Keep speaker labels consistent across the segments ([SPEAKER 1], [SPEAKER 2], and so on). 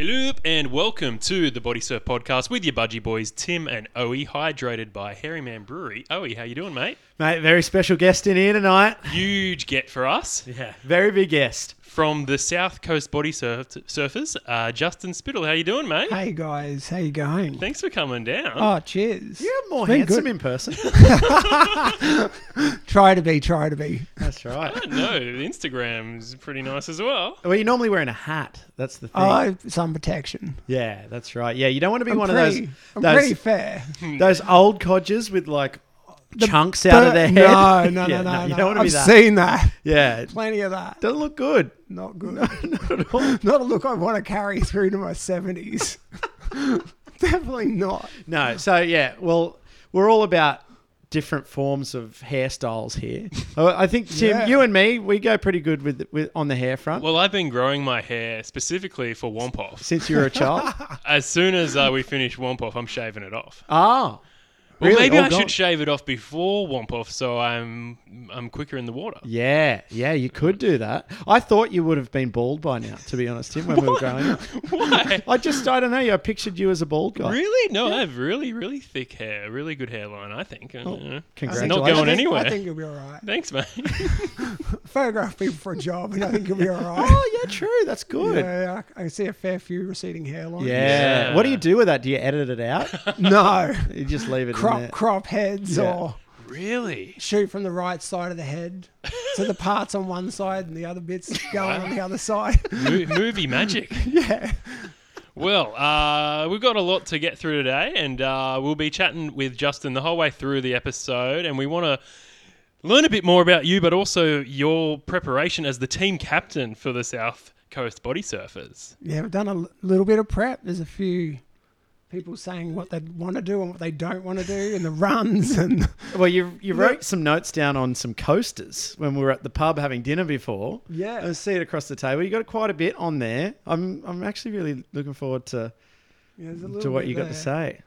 [SPEAKER 1] Hello and welcome to the Body Surf Podcast with your budgie boys Tim and Oe, hydrated by Harryman Brewery. Oe, how you doing, mate?
[SPEAKER 2] Mate, very special guest in here tonight.
[SPEAKER 1] Huge get for us
[SPEAKER 2] Yeah. Very big guest.
[SPEAKER 1] from the South Coast Body surf- Surfers, uh, Justin Spittle. How you doing, mate?
[SPEAKER 3] Hey guys, how you going?
[SPEAKER 1] Thanks for coming down.
[SPEAKER 3] Oh, cheers.
[SPEAKER 2] You're more
[SPEAKER 3] It's been
[SPEAKER 2] handsome
[SPEAKER 3] good.
[SPEAKER 2] in person.
[SPEAKER 3] Try to be, try to be.
[SPEAKER 2] That's right.
[SPEAKER 1] I don't know. Instagram's pretty nice as well.
[SPEAKER 2] Well, you're normally wearing a hat. That's the thing.
[SPEAKER 3] Oh, sun protection.
[SPEAKER 2] yeah, that's right. Yeah, you don't want to be
[SPEAKER 3] I'm
[SPEAKER 2] one
[SPEAKER 3] pretty,
[SPEAKER 2] of
[SPEAKER 3] I'm
[SPEAKER 2] those
[SPEAKER 3] pretty fair.
[SPEAKER 2] those, those old codgers with like chunks out of
[SPEAKER 3] But-
[SPEAKER 2] their head.
[SPEAKER 3] No, no,
[SPEAKER 2] Yeah,
[SPEAKER 3] no, no.
[SPEAKER 2] You
[SPEAKER 3] no.
[SPEAKER 2] don't want to
[SPEAKER 3] I've
[SPEAKER 2] be that.
[SPEAKER 3] seen that.
[SPEAKER 2] yeah, it
[SPEAKER 3] Plenty of that.
[SPEAKER 2] doesn't look good.
[SPEAKER 3] Not good.
[SPEAKER 2] Not at all.
[SPEAKER 3] Not a look I want to carry through to my seventies. Definitely not.
[SPEAKER 2] No. So yeah, well, we're all about different forms of hairstyles here. I I think Tim,
[SPEAKER 3] Yeah.
[SPEAKER 2] you and me, we go pretty good with, with on the hair front.
[SPEAKER 1] Well, I've been growing my hair specifically for Womp Off.
[SPEAKER 2] since you were a child.
[SPEAKER 1] As soon as uh, we finish Womp Off, I'm shaving it off.
[SPEAKER 2] Oh.
[SPEAKER 1] Well,
[SPEAKER 2] Really?
[SPEAKER 1] maybe
[SPEAKER 2] All
[SPEAKER 1] I
[SPEAKER 2] gone?
[SPEAKER 1] should shave it off before Womp Off so I'm, I'm quicker in the water.
[SPEAKER 2] Yeah, yeah, you could do that. I thought you would have been bald by now, to be honest, Tim, when we were growing up.
[SPEAKER 1] Why?
[SPEAKER 2] I just, I don't know. I pictured you as a bald guy.
[SPEAKER 1] Really? No, I have really, really thick hair. Really good hairline, I think. Uh,
[SPEAKER 2] congratulations.
[SPEAKER 1] It's not
[SPEAKER 3] I
[SPEAKER 1] going
[SPEAKER 3] think,
[SPEAKER 1] anywhere.
[SPEAKER 3] I think you'll be all right.
[SPEAKER 1] Thanks, mate.
[SPEAKER 3] Photograph people for a job, and I think you'll be all right.
[SPEAKER 2] Oh, yeah, true. That's good. Yeah.
[SPEAKER 3] Yeah, I I can see a fair few receding hairlines.
[SPEAKER 1] Yeah.
[SPEAKER 2] What do you do with that? Do you edit it out?
[SPEAKER 3] No.
[SPEAKER 2] you just leave it in there.
[SPEAKER 3] crop crop heads
[SPEAKER 2] Yeah.
[SPEAKER 3] or
[SPEAKER 1] really?
[SPEAKER 3] shoot from the right side of the head. So the parts on one side and the other bits going on the other side.
[SPEAKER 1] Mo- movie magic.
[SPEAKER 3] yeah.
[SPEAKER 1] Well, uh, we've got a lot to get through today, and uh, we'll be chatting with Justin the whole way through the episode, and we want to. Learn a bit more about you, but also your preparation as the team captain for the South Coast Body Surfers.
[SPEAKER 3] Yeah, we've done a l- little bit of prep. There's a few people saying what they want to do and what they don't want to do and the runs and
[SPEAKER 2] Well, you you wrote some notes down on some coasters when we were at the pub having dinner before.
[SPEAKER 3] Yeah.
[SPEAKER 2] I see it across the table. You got quite a bit on there. I'm I'm actually really looking forward to
[SPEAKER 3] yeah, there's a little
[SPEAKER 2] to what
[SPEAKER 3] bit
[SPEAKER 2] you got to
[SPEAKER 3] there.
[SPEAKER 2] say.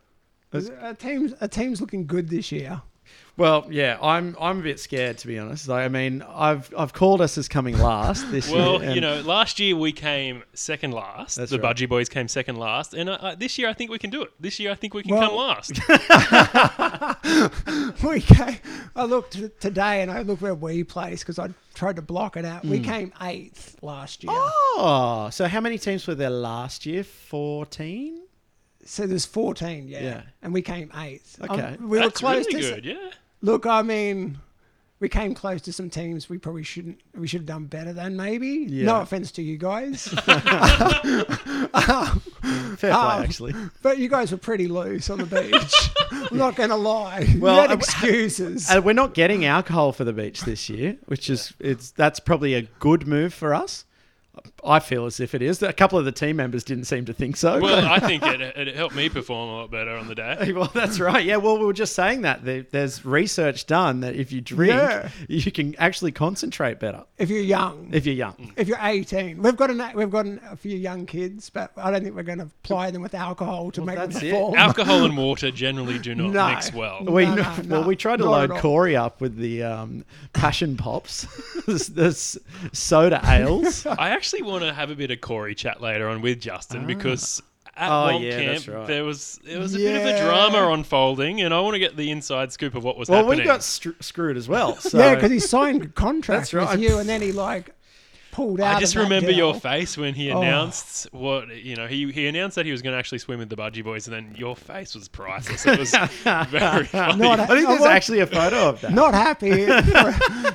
[SPEAKER 3] There's- Our team's, our team's looking good this year.
[SPEAKER 2] Well, yeah, I'm I'm a bit scared to be honest. Like, I mean, I've I've called us as coming last this year.
[SPEAKER 1] Well, you
[SPEAKER 2] and-
[SPEAKER 1] know, last year we came second last.
[SPEAKER 2] That's
[SPEAKER 1] the
[SPEAKER 2] right.
[SPEAKER 1] Budgie Boys came second last, and uh, uh, this year I think we can do it. This year I think we can
[SPEAKER 3] Well-
[SPEAKER 1] come last.
[SPEAKER 3] We came, I looked t- today and I looked where we placed because I tried to block it out. We came eighth last year.
[SPEAKER 2] Hmm. Oh, so how many teams were there last year? Fourteen.
[SPEAKER 3] So there's 14, yeah.
[SPEAKER 2] Yeah.
[SPEAKER 3] And we came eighth. Um,
[SPEAKER 2] Okay.
[SPEAKER 3] we
[SPEAKER 1] That's
[SPEAKER 3] were close
[SPEAKER 1] really
[SPEAKER 3] to s-
[SPEAKER 1] good. Yeah.
[SPEAKER 3] Look, I mean, we came close to some teams we probably shouldn't. We should have done better than maybe. No
[SPEAKER 2] Yeah.
[SPEAKER 3] offense to you guys,
[SPEAKER 2] Fair play,
[SPEAKER 3] Um,
[SPEAKER 2] actually.
[SPEAKER 3] but you guys were pretty loose on the beach. I'm not going to lie.
[SPEAKER 2] Well,
[SPEAKER 3] Well,
[SPEAKER 2] I-
[SPEAKER 3] excuses.
[SPEAKER 2] And we're not getting alcohol for the beach this year, which is it's that's probably a good move for us. I feel as if it is. A couple of the team members didn't seem to think so.
[SPEAKER 1] Well, I think it, it helped me perform a lot better on the day.
[SPEAKER 2] but- well, that's right. Yeah. Well, we were just saying that there- there's research done that if you drink,
[SPEAKER 3] Yeah.
[SPEAKER 2] you can actually concentrate better
[SPEAKER 3] if you're young, if,
[SPEAKER 2] if you're young.
[SPEAKER 3] you're 18, we've got an, we've got an, a few young kids, but I don't think we're going to apply them with alcohol to make
[SPEAKER 2] that's
[SPEAKER 3] them
[SPEAKER 2] it.
[SPEAKER 3] form.
[SPEAKER 1] Alcohol and water generally do not
[SPEAKER 3] No.
[SPEAKER 1] mix well.
[SPEAKER 2] We,
[SPEAKER 3] No, no,
[SPEAKER 2] well,
[SPEAKER 3] no,
[SPEAKER 2] we tried to
[SPEAKER 3] not at
[SPEAKER 2] load
[SPEAKER 3] all.
[SPEAKER 2] Corey up with the um, passion pops, this, this soda ales.
[SPEAKER 1] I actually want to have a bit of Corey chat later on with Justin because at
[SPEAKER 2] Ah. Oh,
[SPEAKER 1] Womp
[SPEAKER 2] yeah, that's
[SPEAKER 1] Camp
[SPEAKER 2] right.
[SPEAKER 1] there was there was a bit of a
[SPEAKER 3] Yeah.
[SPEAKER 1] drama unfolding, and I want to get the inside scoop of what was
[SPEAKER 2] well,
[SPEAKER 1] happening.
[SPEAKER 2] we got str- screwed as well. So.
[SPEAKER 3] yeah, because he signed a contract
[SPEAKER 2] That's right.
[SPEAKER 3] with you, and then he like pulled out.
[SPEAKER 1] I
[SPEAKER 3] of
[SPEAKER 1] just
[SPEAKER 3] that
[SPEAKER 1] remember your
[SPEAKER 3] deal.
[SPEAKER 1] face when he
[SPEAKER 3] Oh.
[SPEAKER 1] announced what you know. He he announced that he was going to actually swim with the Budgie Boys, and then your face was priceless. It was very funny.
[SPEAKER 3] Not
[SPEAKER 2] I think
[SPEAKER 3] I
[SPEAKER 2] there's
[SPEAKER 3] want-
[SPEAKER 2] actually a photo of that.
[SPEAKER 3] not happy for,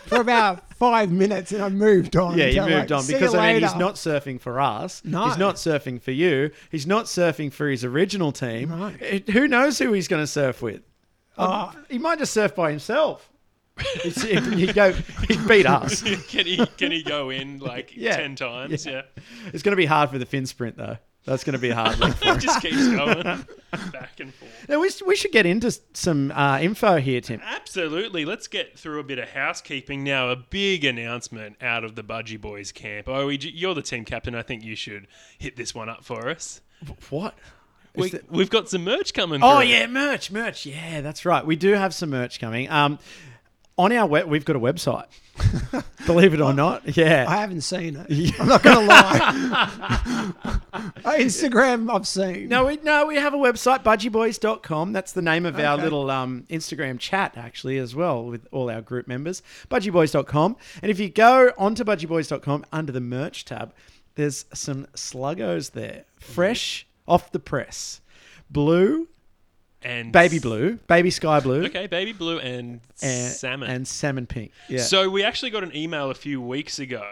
[SPEAKER 3] for about five minutes and I moved on.
[SPEAKER 2] Yeah, he
[SPEAKER 3] So, like,
[SPEAKER 2] moved on
[SPEAKER 3] see
[SPEAKER 2] because
[SPEAKER 3] you
[SPEAKER 2] I mean he's
[SPEAKER 3] later.
[SPEAKER 2] not surfing for us.
[SPEAKER 3] No.
[SPEAKER 2] He's not surfing for you. He's not surfing for his original team.
[SPEAKER 3] No.
[SPEAKER 2] It- who knows who he's going to surf with?
[SPEAKER 3] Oh,
[SPEAKER 2] He might just surf by himself. It's- if he go, he'd beat us.
[SPEAKER 1] can he can he go in like
[SPEAKER 2] Yeah.
[SPEAKER 1] ten times? Yeah,
[SPEAKER 2] It's going to be hard for the fin sprint though. That's going to be a hard. one.
[SPEAKER 1] it just keeps going back and forth.
[SPEAKER 2] Now, we, s- we should get into some uh, info here, Tim.
[SPEAKER 1] Absolutely. Let's get through a bit of housekeeping now. A big announcement out of the Budgie Boys camp. Oh, you're the team captain. I think you should hit this one up for us.
[SPEAKER 2] What?
[SPEAKER 1] We,
[SPEAKER 2] Is that-
[SPEAKER 1] We've got some merch coming.
[SPEAKER 2] Oh
[SPEAKER 1] through.
[SPEAKER 2] yeah, merch, merch. Yeah, that's right. We do have some merch coming. Um, on our web, we've got a website. Believe it or not, yeah.
[SPEAKER 3] I haven't seen it. I'm not going to lie. Uh, Instagram, I've seen.
[SPEAKER 2] No, we no, we have a website, budgieboys.com. That's the name of our
[SPEAKER 3] Okay.
[SPEAKER 2] little um, Instagram chat, actually, as well, with all our group members. Budgieboys.com. And if you go onto budgieboys.com under the merch tab, there's some sluggos there. Fresh off the press. Blue,
[SPEAKER 1] and
[SPEAKER 2] baby blue, baby sky blue,
[SPEAKER 1] Okay, baby blue and,
[SPEAKER 2] and
[SPEAKER 1] salmon.
[SPEAKER 2] And salmon pink. Yeah.
[SPEAKER 1] So we actually got an email a few weeks ago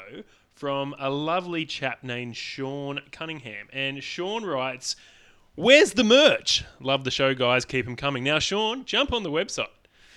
[SPEAKER 1] from a lovely chap named Sean Cunningham, and Sean writes, "Where's the merch? Love the show, guys. Keep them coming." Now, Sean, jump on the website.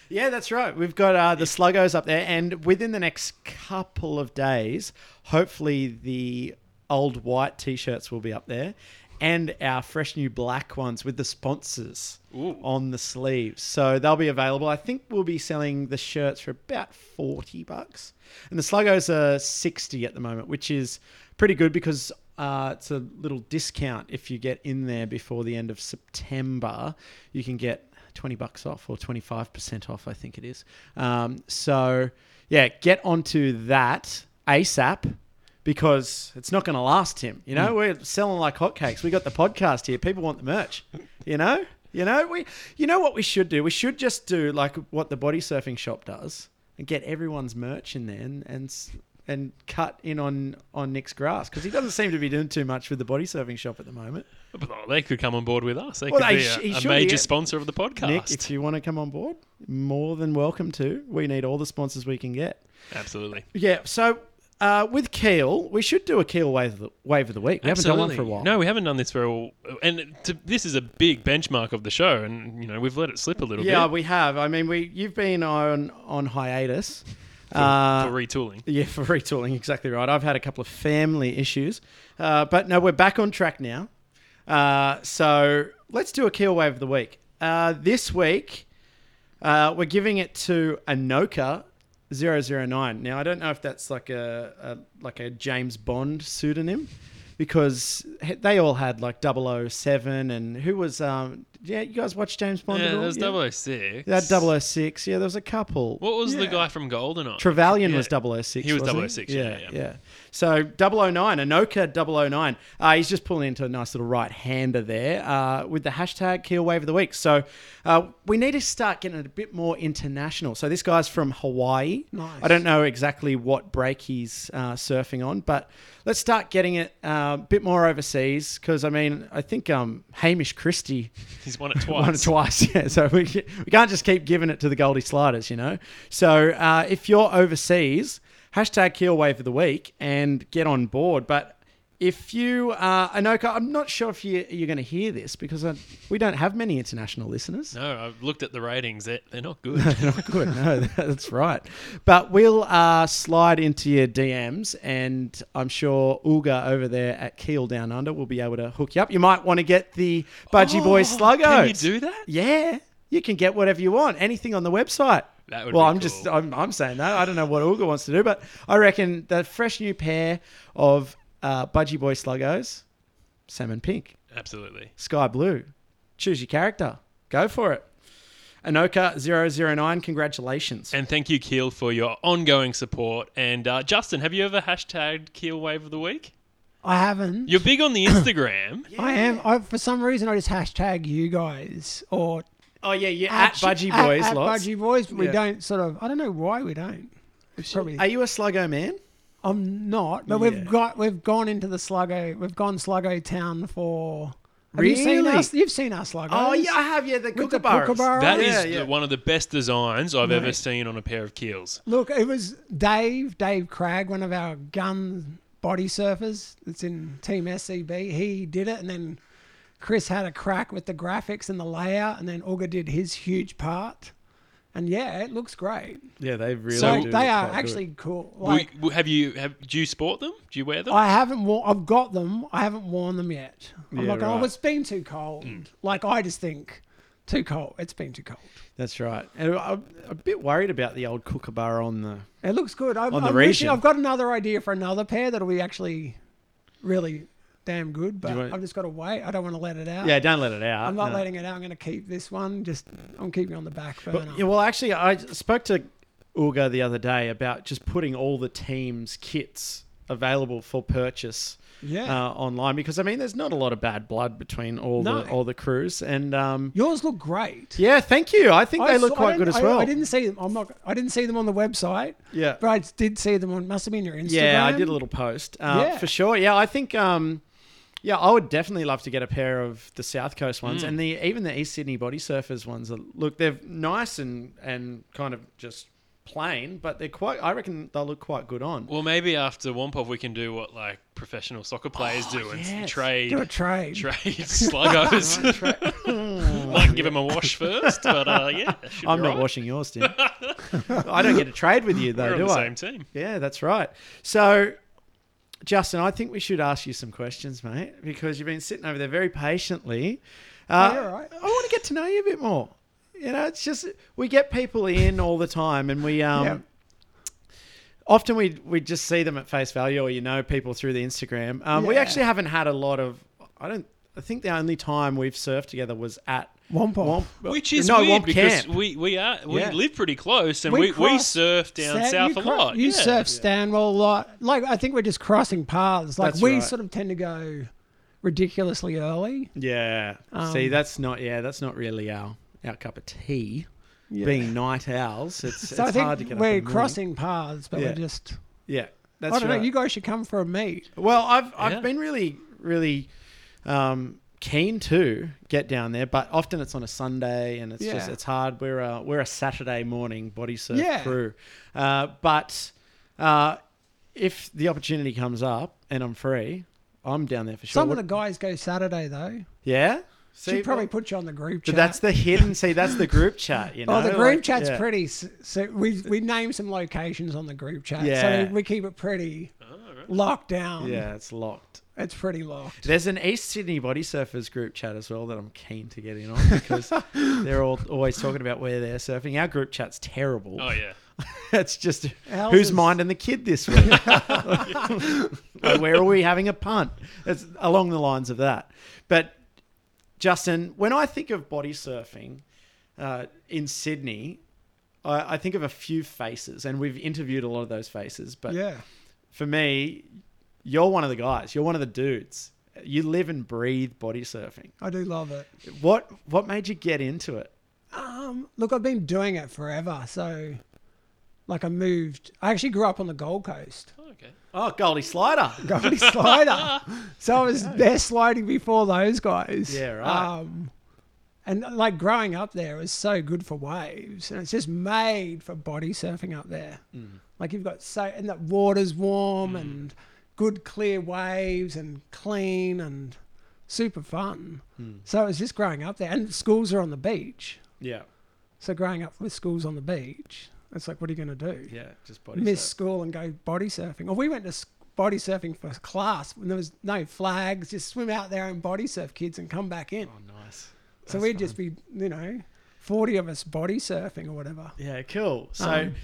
[SPEAKER 2] Yeah, that's right. We've got uh, the sluggos up there, and within the next couple of days, hopefully the old white t-shirts will be up there, and our fresh new black ones with the sponsors
[SPEAKER 1] Ooh.
[SPEAKER 2] on the sleeves. So they'll be available. I think we'll be selling the shirts for about forty bucks, and the sluggos are sixty at the moment, which is pretty good because. Uh, it's a little discount if you get in there before the end of September. You can get 20 bucks off or 25% off, I think it is. Um, so, yeah, get onto that ASAP because it's not going to last him. You know, we're selling like hotcakes. We got the podcast here. People want the merch, you know? You know, we you know what we should do? We should just do like what the body surfing shop does and get everyone's merch in there and and, s- and cut in on on Nick's grass because he doesn't seem to be doing too much with the body surfing shop at the moment.
[SPEAKER 1] Well, they could come on board with us. They
[SPEAKER 2] Well,
[SPEAKER 1] could
[SPEAKER 2] they
[SPEAKER 1] be
[SPEAKER 2] sh- he
[SPEAKER 1] a, a
[SPEAKER 2] should be,
[SPEAKER 1] major
[SPEAKER 2] yeah.
[SPEAKER 1] sponsor of the podcast.
[SPEAKER 2] Nick, if you want to come on board, more than welcome to. We need all the sponsors we can get.
[SPEAKER 1] Absolutely.
[SPEAKER 2] Yeah. So uh, with Keel, we should do a Keel wave of the, wave of the week. We haven't done one for a
[SPEAKER 1] Absolutely.
[SPEAKER 2] while.
[SPEAKER 1] No, we haven't done this for a while. And to, this is a big benchmark of the show, and you know we've let it slip a little
[SPEAKER 2] Yeah,
[SPEAKER 1] bit
[SPEAKER 2] we have. I mean, we you've been on on hiatus.
[SPEAKER 1] for,
[SPEAKER 2] uh,
[SPEAKER 1] for retooling.
[SPEAKER 2] Yeah, for retooling, exactly right. I've had a couple of family issues, uh, but no, we're back on track now. Uh, so let's do a keel wave of the week. Uh, this week, uh, we're giving it to Anoka 009. Now, I don't know if that's like a, a like a James Bond pseudonym, because he- they all had like 007 and who was um yeah you guys watch James Bond
[SPEAKER 1] Yeah,
[SPEAKER 2] at all?
[SPEAKER 1] there's
[SPEAKER 2] yeah?
[SPEAKER 1] yeah. 006.
[SPEAKER 2] That 006, yeah, there was a couple.
[SPEAKER 1] What was the
[SPEAKER 3] Yeah.
[SPEAKER 1] guy from Goldeneye?
[SPEAKER 2] Trevelyan
[SPEAKER 1] Yeah.
[SPEAKER 2] was 006.
[SPEAKER 1] He was
[SPEAKER 2] wasn't
[SPEAKER 1] 006, yeah, yeah.
[SPEAKER 2] yeah. So 009, Anoka 009. Uh, he's just pulling into a nice little right hander there uh, with the hashtag Keel Wave of the Week. So uh, we need to start getting it a bit more international. So this guy's from Hawaii.
[SPEAKER 3] Nice.
[SPEAKER 2] I don't know exactly what break he's uh, surfing on, but let's start getting it uh, a bit more overseas because, I mean, I think um, Hamish Christie
[SPEAKER 1] He's won it twice.
[SPEAKER 2] won it twice. Yeah, so we, we can't just keep giving it to the Goldie Sliders, you know. So uh, if you're overseas, hashtag Keel Wave of the Week and get on board. But if you, uh, Anoka, I'm not sure if you, you're going to hear this because I, we don't have many international listeners.
[SPEAKER 1] No, I've looked at the ratings. They're, they're not good.
[SPEAKER 2] They're not good. No, that's right. But we'll uh, slide into your DMs, and I'm sure Uga over there at Keel Down Under will be able to hook you up. You might want to get the Budgie Boys
[SPEAKER 1] Oh,
[SPEAKER 2] Sluggo.
[SPEAKER 1] Can you do that?
[SPEAKER 2] Yeah, you can get whatever you want, anything on the website.
[SPEAKER 1] That would
[SPEAKER 2] well,
[SPEAKER 1] be
[SPEAKER 2] I'm just
[SPEAKER 1] cool.
[SPEAKER 2] I'm, I'm saying that. I don't know what Olga wants to do, but I reckon the fresh new pair of uh, Budgie Boy Sluggos, salmon pink,
[SPEAKER 1] Absolutely.
[SPEAKER 2] sky blue. Choose your character. Go for it. Anoka 009, congratulations.
[SPEAKER 1] And thank you, Keel, for your ongoing support. And uh, Justin, have you ever hashtagged Keel Wave of the Week?
[SPEAKER 3] I haven't.
[SPEAKER 1] You're big on the Instagram.
[SPEAKER 3] I am. I, for some reason, I just hashtag you guys or
[SPEAKER 2] oh yeah, yeah, at, Budgie Boys
[SPEAKER 3] At,
[SPEAKER 2] lots.
[SPEAKER 3] Budgie Boys, but we
[SPEAKER 2] Yeah.
[SPEAKER 3] don't sort of. I don't know why we don't. It's probably.
[SPEAKER 2] Are you a Sluggo man?
[SPEAKER 3] I'm not, but
[SPEAKER 2] Yeah.
[SPEAKER 3] we've got we've gone into the Sluggo. We've gone Sluggo Town for. Have you seen
[SPEAKER 2] Really?
[SPEAKER 3] us? You've seen us Sluggos.
[SPEAKER 2] Oh yeah, I have. Yeah, the
[SPEAKER 3] With the
[SPEAKER 2] kookaburras.
[SPEAKER 3] kookaburras.
[SPEAKER 1] That is
[SPEAKER 2] Oh, Yeah,
[SPEAKER 1] the-
[SPEAKER 2] yeah.
[SPEAKER 1] one of the best designs I've ever
[SPEAKER 3] Mate.
[SPEAKER 1] seen on a pair of Keels.
[SPEAKER 3] Look, it was Dave, Dave Cragg, one of our gun body surfers that's in Team SCB. He did it, and then Chris had a crack with the graphics and the layout, and then Auger did his huge part. And yeah, it looks great.
[SPEAKER 2] Yeah, they really.
[SPEAKER 3] So
[SPEAKER 2] do
[SPEAKER 3] they
[SPEAKER 2] look
[SPEAKER 3] are
[SPEAKER 2] quite good.
[SPEAKER 3] actually cool.
[SPEAKER 1] Will-
[SPEAKER 3] Like
[SPEAKER 1] will- have you have do you sport them? Do you wear them?
[SPEAKER 3] I haven't worn, I've got them. I haven't worn them yet. I'm
[SPEAKER 2] Yeah,
[SPEAKER 3] not going.
[SPEAKER 2] right. Mm.
[SPEAKER 3] Oh, it's been too cold. Like I just think too cold. It's been too cold.
[SPEAKER 2] That's right. And I'm a bit worried about the old kookaburra on the.
[SPEAKER 3] It looks good. I've,
[SPEAKER 2] On the
[SPEAKER 3] I'm
[SPEAKER 2] region.
[SPEAKER 3] wishing- I've got another idea for another pair that'll be actually really damn good, but
[SPEAKER 2] you want-
[SPEAKER 3] I've just got to wait. I don't want to let it out.
[SPEAKER 2] Yeah, don't let it out.
[SPEAKER 3] I'm not
[SPEAKER 2] no.
[SPEAKER 3] letting it out. I'm going to keep this one. Just I'm keeping it on the back burner.
[SPEAKER 2] But, yeah, well, actually, I spoke to Uga the other day about just putting all the teams' kits available for purchase
[SPEAKER 3] Yeah.
[SPEAKER 2] uh, online because I mean, there's not a lot of bad blood between all
[SPEAKER 3] No.
[SPEAKER 2] the all the crews, and um,
[SPEAKER 3] Yours look great.
[SPEAKER 2] yeah, thank you. I think they look
[SPEAKER 3] saw-
[SPEAKER 2] quite
[SPEAKER 3] didn't-
[SPEAKER 2] good as
[SPEAKER 3] I-
[SPEAKER 2] well.
[SPEAKER 3] I, didn't see them. I'm not. I didn't see them on the website.
[SPEAKER 2] Yeah.
[SPEAKER 3] But I did see them on. Must have been your Instagram.
[SPEAKER 2] Yeah, I did a little post uh,
[SPEAKER 3] Yeah.
[SPEAKER 2] for sure. Yeah, I think. Um, yeah, I would definitely love to get a pair of the South Coast ones
[SPEAKER 1] Mm.
[SPEAKER 2] and the even the East Sydney Body Surfers ones. Are, look, they're nice and and kind of just plain, but they're quite. I reckon they'll look quite good on.
[SPEAKER 1] Well, maybe after Wompov, we can do what like professional soccer players do and
[SPEAKER 2] Oh, yes.
[SPEAKER 1] trade
[SPEAKER 3] Do a trade.
[SPEAKER 1] trade sluggos. Might give them a wash first, but uh, yeah, it should
[SPEAKER 2] I'm
[SPEAKER 1] be
[SPEAKER 2] not
[SPEAKER 1] right.
[SPEAKER 2] washing yours, Tim. I don't get to trade with you though,
[SPEAKER 1] We're on
[SPEAKER 2] do
[SPEAKER 1] the
[SPEAKER 2] I?
[SPEAKER 1] same team.
[SPEAKER 2] Yeah, that's right. So, Justin, I think we should ask you some questions, mate, because you've been sitting over there very patiently. Uh,
[SPEAKER 3] yeah, right.
[SPEAKER 2] I want to get to know you a bit more. You know, it's just we get people in all the time, and we um,
[SPEAKER 3] Yeah.
[SPEAKER 2] often we we just see them at face value, or you know, people through the Instagram. Um, We
[SPEAKER 3] Yeah.
[SPEAKER 2] actually haven't had a lot of. I don't. I think the only time we've surfed together was at
[SPEAKER 3] Wampum.
[SPEAKER 2] Womp-
[SPEAKER 1] Which is
[SPEAKER 2] no,
[SPEAKER 1] weird
[SPEAKER 2] Womp
[SPEAKER 1] because
[SPEAKER 2] Camp.
[SPEAKER 1] we we are we
[SPEAKER 2] Yeah.
[SPEAKER 1] live pretty close, and
[SPEAKER 3] We
[SPEAKER 1] we, we,
[SPEAKER 3] cross-
[SPEAKER 1] surf down
[SPEAKER 3] Stan-
[SPEAKER 1] south
[SPEAKER 3] you
[SPEAKER 1] a
[SPEAKER 3] cro-
[SPEAKER 1] lot.
[SPEAKER 3] You
[SPEAKER 1] yeah.
[SPEAKER 3] surf Stanwell a lot. Like I think we're just crossing paths. Like
[SPEAKER 2] That's
[SPEAKER 3] we
[SPEAKER 2] right.
[SPEAKER 3] sort of tend to go ridiculously early.
[SPEAKER 2] Yeah.
[SPEAKER 3] Um.
[SPEAKER 2] See, that's not yeah, that's not really our our cup of tea. Being night owls, it's,
[SPEAKER 3] So
[SPEAKER 2] it's
[SPEAKER 3] I think
[SPEAKER 2] hard to get up
[SPEAKER 3] we're
[SPEAKER 2] in the morning.
[SPEAKER 3] crossing paths, but
[SPEAKER 2] Yeah.
[SPEAKER 3] we're just.
[SPEAKER 2] Yeah, that's
[SPEAKER 3] I don't
[SPEAKER 2] right.
[SPEAKER 3] know. You guys should come for a meet.
[SPEAKER 2] Well, I've I've
[SPEAKER 1] Yeah.
[SPEAKER 2] been really really um, keen to get down there, but often it's on a Sunday and it's just
[SPEAKER 3] Yeah.
[SPEAKER 2] it's hard. We're a, we're a Saturday morning body surf
[SPEAKER 3] Yeah.
[SPEAKER 2] crew, uh, but uh, if the opportunity comes up and I'm free, I'm down there for sure.
[SPEAKER 3] Some of
[SPEAKER 2] What-
[SPEAKER 3] the guys go Saturday though.
[SPEAKER 2] yeah, see,
[SPEAKER 3] Should probably put you on the group
[SPEAKER 2] but
[SPEAKER 3] chat.
[SPEAKER 2] that's the hidden. See, that's the group chat. You know,
[SPEAKER 3] Oh, the group
[SPEAKER 2] like,
[SPEAKER 3] chat's
[SPEAKER 2] yeah.
[SPEAKER 3] pretty. s- So we we name some locations on the group chat.
[SPEAKER 2] Yeah.
[SPEAKER 3] So we keep it pretty
[SPEAKER 1] Oh, right.
[SPEAKER 3] locked down.
[SPEAKER 2] Yeah, it's locked.
[SPEAKER 3] It's pretty locked.
[SPEAKER 2] There's an East Sydney body surfers group chat as well that I'm keen to get in on because they're all always talking about where they're surfing. Our group chat's terrible.
[SPEAKER 1] Oh yeah.
[SPEAKER 2] it's just
[SPEAKER 3] Ours
[SPEAKER 2] who's
[SPEAKER 3] is-
[SPEAKER 2] minding the kid this week? Like, where are we having a punt? It's along the lines of that. But Justin, when I think of body surfing uh, in Sydney, I, I think of a few faces, and we've interviewed a lot of those faces. But
[SPEAKER 3] Yeah.
[SPEAKER 2] for me, you're one of the guys. You're one of the dudes. You live and breathe body surfing.
[SPEAKER 3] I do love it.
[SPEAKER 2] What what made you get into it?
[SPEAKER 3] Um, look, I've been doing it forever. So, like, I moved. I actually grew up on the Gold Coast,
[SPEAKER 1] Oh, okay.
[SPEAKER 2] Oh, Goldie Slider.
[SPEAKER 3] Goldie Slider. so I was there sliding before those guys.
[SPEAKER 2] Yeah, right.
[SPEAKER 3] Um, and like growing up there was so good for waves, and it's just made for body surfing up there.
[SPEAKER 2] Mm.
[SPEAKER 3] Like you've got so, and the water's warm and good clear waves and clean and super fun.
[SPEAKER 2] Mm.
[SPEAKER 3] So it was just growing up there, and schools are on the beach.
[SPEAKER 2] Yeah,
[SPEAKER 3] So growing up with schools on the beach, it's like, what are you going to do?
[SPEAKER 2] yeah, just body
[SPEAKER 3] Miss school and go body surfing. Or we went to s- body surfing for class when there was no flags, just swim out there and body surf kids and come back in.
[SPEAKER 2] surf. Oh, nice.
[SPEAKER 3] so we'd just be, you know, 40 of us body surfing or whatever.
[SPEAKER 2] Yeah, cool. So
[SPEAKER 3] Um,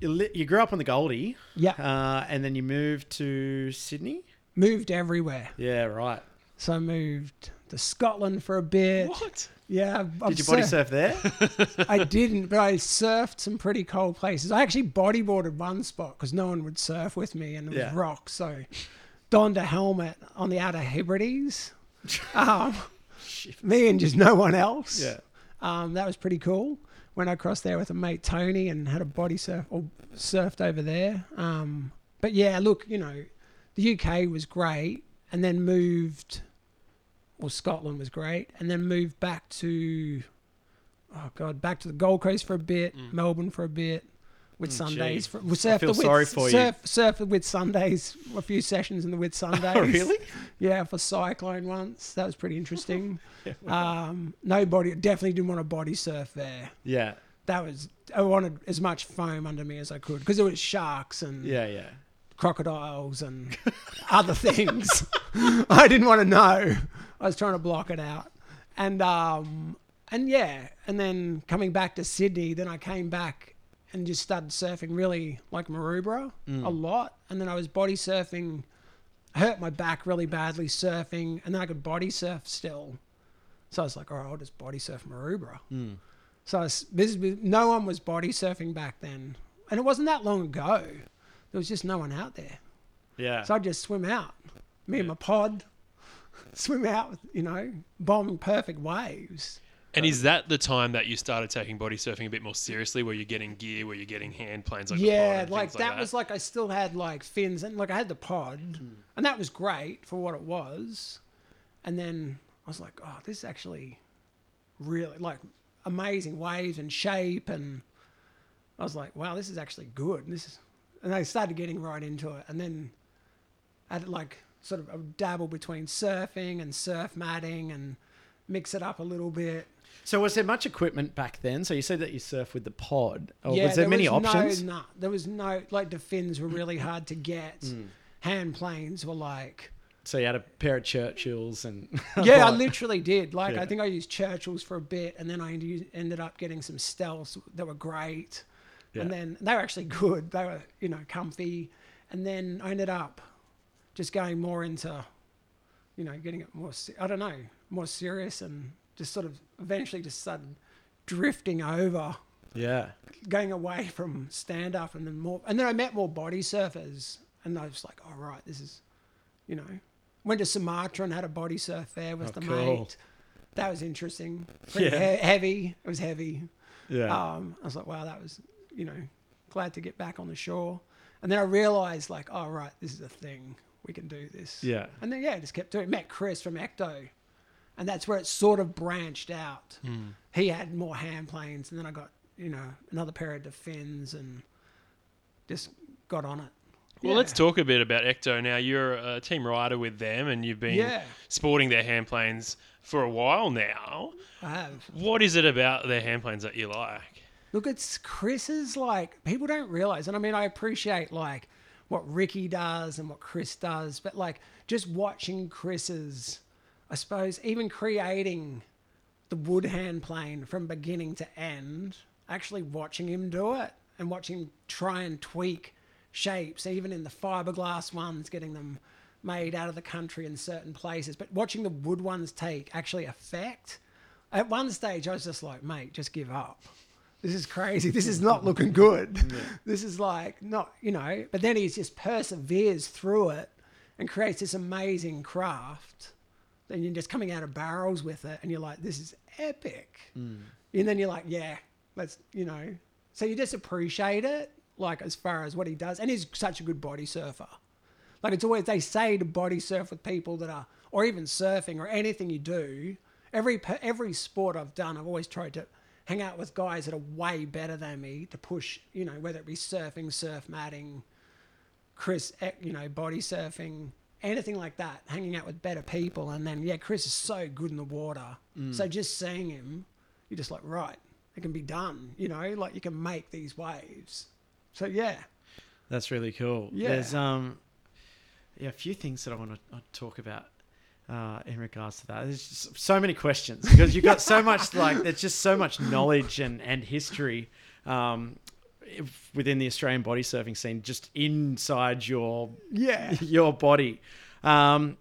[SPEAKER 2] you, li- you grew up on the Goldie,
[SPEAKER 3] Yeah.
[SPEAKER 2] uh, and then you moved to Sydney.
[SPEAKER 3] moved everywhere.
[SPEAKER 2] Yeah, right.
[SPEAKER 3] So I moved to Scotland for a bit.
[SPEAKER 1] What?
[SPEAKER 3] Yeah. I've- I've
[SPEAKER 2] Did you body
[SPEAKER 3] surfed-
[SPEAKER 2] surf there?
[SPEAKER 3] I didn't, but I surfed some pretty cold places. I actually bodyboarded one spot because no one would surf with me, and it was
[SPEAKER 2] Yeah.
[SPEAKER 3] rocks. So, donned a helmet on the Outer Hebrides. Um, me and just no one else.
[SPEAKER 2] Yeah.
[SPEAKER 3] Um, that was pretty cool. Went across there with a mate Tony and had a body surf or surfed over there. Um, but yeah, look, you know, the UK was great, and then moved. Well, Scotland was great, and then moved back to oh god, back to the Gold Coast for a bit,
[SPEAKER 2] Mm.
[SPEAKER 3] Melbourne for a bit, with Sundays. For, well, surfed
[SPEAKER 2] feel
[SPEAKER 3] the with,
[SPEAKER 2] sorry for you.
[SPEAKER 3] surf, Surfed with Sundays, a few sessions in the with Sundays.
[SPEAKER 2] really?
[SPEAKER 3] Yeah, for Cyclone once. That was pretty interesting. um, nobody definitely didn't want to body surf there.
[SPEAKER 2] yeah,
[SPEAKER 3] That was I wanted as much foam under me as I could because there was sharks and
[SPEAKER 2] yeah, yeah.
[SPEAKER 3] crocodiles and other things. I didn't want to know. I was trying to block it out. And um and yeah, and then coming back to Sydney, then I came back and just started surfing really like Maroubra a lot. And then I was body surfing, hurt my back really badly surfing, and then I could body surf still. So I was like, all right, I'll just body surf Maroubra. So I s this, was- no one was body surfing back then. And it wasn't that long ago. There was just no one out there.
[SPEAKER 2] Yeah.
[SPEAKER 3] So I'd just swim out. Me and my pod, swim out, with, you know, bombing perfect waves.
[SPEAKER 1] And is that the time that you started taking body surfing a bit more seriously, where you're getting gear, where you're getting hand planes? Like the pod
[SPEAKER 3] yeah,
[SPEAKER 1] and
[SPEAKER 3] like
[SPEAKER 1] things
[SPEAKER 3] that, was like I still had like fins and like I had the pod, and that was great for what it was. And then I was like, oh, this is actually really like amazing waves and shape, and I was like, wow, this is actually good. And this is, and I started getting right into it, and then I had like sort of a dabble between surfing and surf matting and mix it up a little bit.
[SPEAKER 2] So was there much equipment back then? So you said that you surf with the pod. Or
[SPEAKER 3] Yeah,
[SPEAKER 2] Oh, was there, many
[SPEAKER 3] was
[SPEAKER 2] options?
[SPEAKER 3] No, no, there was no like the fins were really hard to get.
[SPEAKER 2] Hmm.
[SPEAKER 3] Hand planes were like
[SPEAKER 2] So you had a pair of Churchills and
[SPEAKER 3] yeah, I
[SPEAKER 2] Right.
[SPEAKER 3] literally did. Like
[SPEAKER 2] Yeah.
[SPEAKER 3] I think I used Churchill's for a bit, and then I ended- ended up getting some Stealths that were great, and
[SPEAKER 2] Yeah.
[SPEAKER 3] then they were actually good. They were you know comfy, and then I ended up just going more into, you know, getting it more. se- I don't know, more serious, and just sort of eventually just started drifting over
[SPEAKER 2] yeah.
[SPEAKER 3] going away from stand up and then more and then I met more body surfers and I was like, all right, this is you know. Went to Sumatra and had a body surf there with
[SPEAKER 2] Oh,
[SPEAKER 3] the
[SPEAKER 2] cool.
[SPEAKER 3] mate. That was interesting. Pretty
[SPEAKER 2] Yeah.
[SPEAKER 3] he- heavy. It was heavy.
[SPEAKER 2] Yeah.
[SPEAKER 3] Um, I was like, wow, that was you know, glad to get back on the shore. And then I realized like, oh right, this is a thing. We can do this.
[SPEAKER 2] Yeah.
[SPEAKER 3] And then yeah, just kept doing. it. Met Chris from Ecto, and that's where it sort of branched out. He had more hand planes, and then I got you know another pair of fins and just got on it.
[SPEAKER 1] Well,
[SPEAKER 3] Yeah.
[SPEAKER 1] let's talk a bit about Ecto now. You're a team rider with them, and you've been
[SPEAKER 3] Yeah.
[SPEAKER 1] sporting their hand planes for a while now.
[SPEAKER 3] I have.
[SPEAKER 1] What is it about their hand planes that you like?
[SPEAKER 3] Look, it's Chris's like people don't realize, and I mean, I appreciate like what Ricky does and what Chris does, but like just watching Chris's, I suppose, even creating the wood hand plane from beginning to end, actually watching him do it and watching him try and tweak shapes, even in the fiberglass ones, getting them made out of the country in certain places, but watching the wood ones take actually effect. At one stage, I was just like, mate, just give up this is crazy. This is not looking good. This is like not, you know. But then he just perseveres through it and creates this amazing craft. Then you're just coming out of barrels with it, and you're like, this is epic. And then you're like, yeah, let's, you know. So you just appreciate it, like as far as what he does. And he's such a good body surfer. Like it's always they say to body surf with people that are, or even surfing or anything you do. Every pe- every sport I've done, I've always tried to hang out with guys that are way better than me to push. You know, whether it be surfing, surf matting, Chris, eh, you know, body surfing, anything like that. Hanging out with better people, and then yeah, Chris is so good in the water. So just seeing him, you're just like, right, it can be done. You know, like you can make these waves. So yeah,
[SPEAKER 2] That's really cool.
[SPEAKER 3] Yeah.
[SPEAKER 2] There's um, yeah, a few things that I want to talk about uh, in regards to that. There's just so many questions because you've got so much like there's just so much knowledge and and history um, if- within the Australian body surfing scene, just inside your
[SPEAKER 3] yeah,
[SPEAKER 2] your body. Um,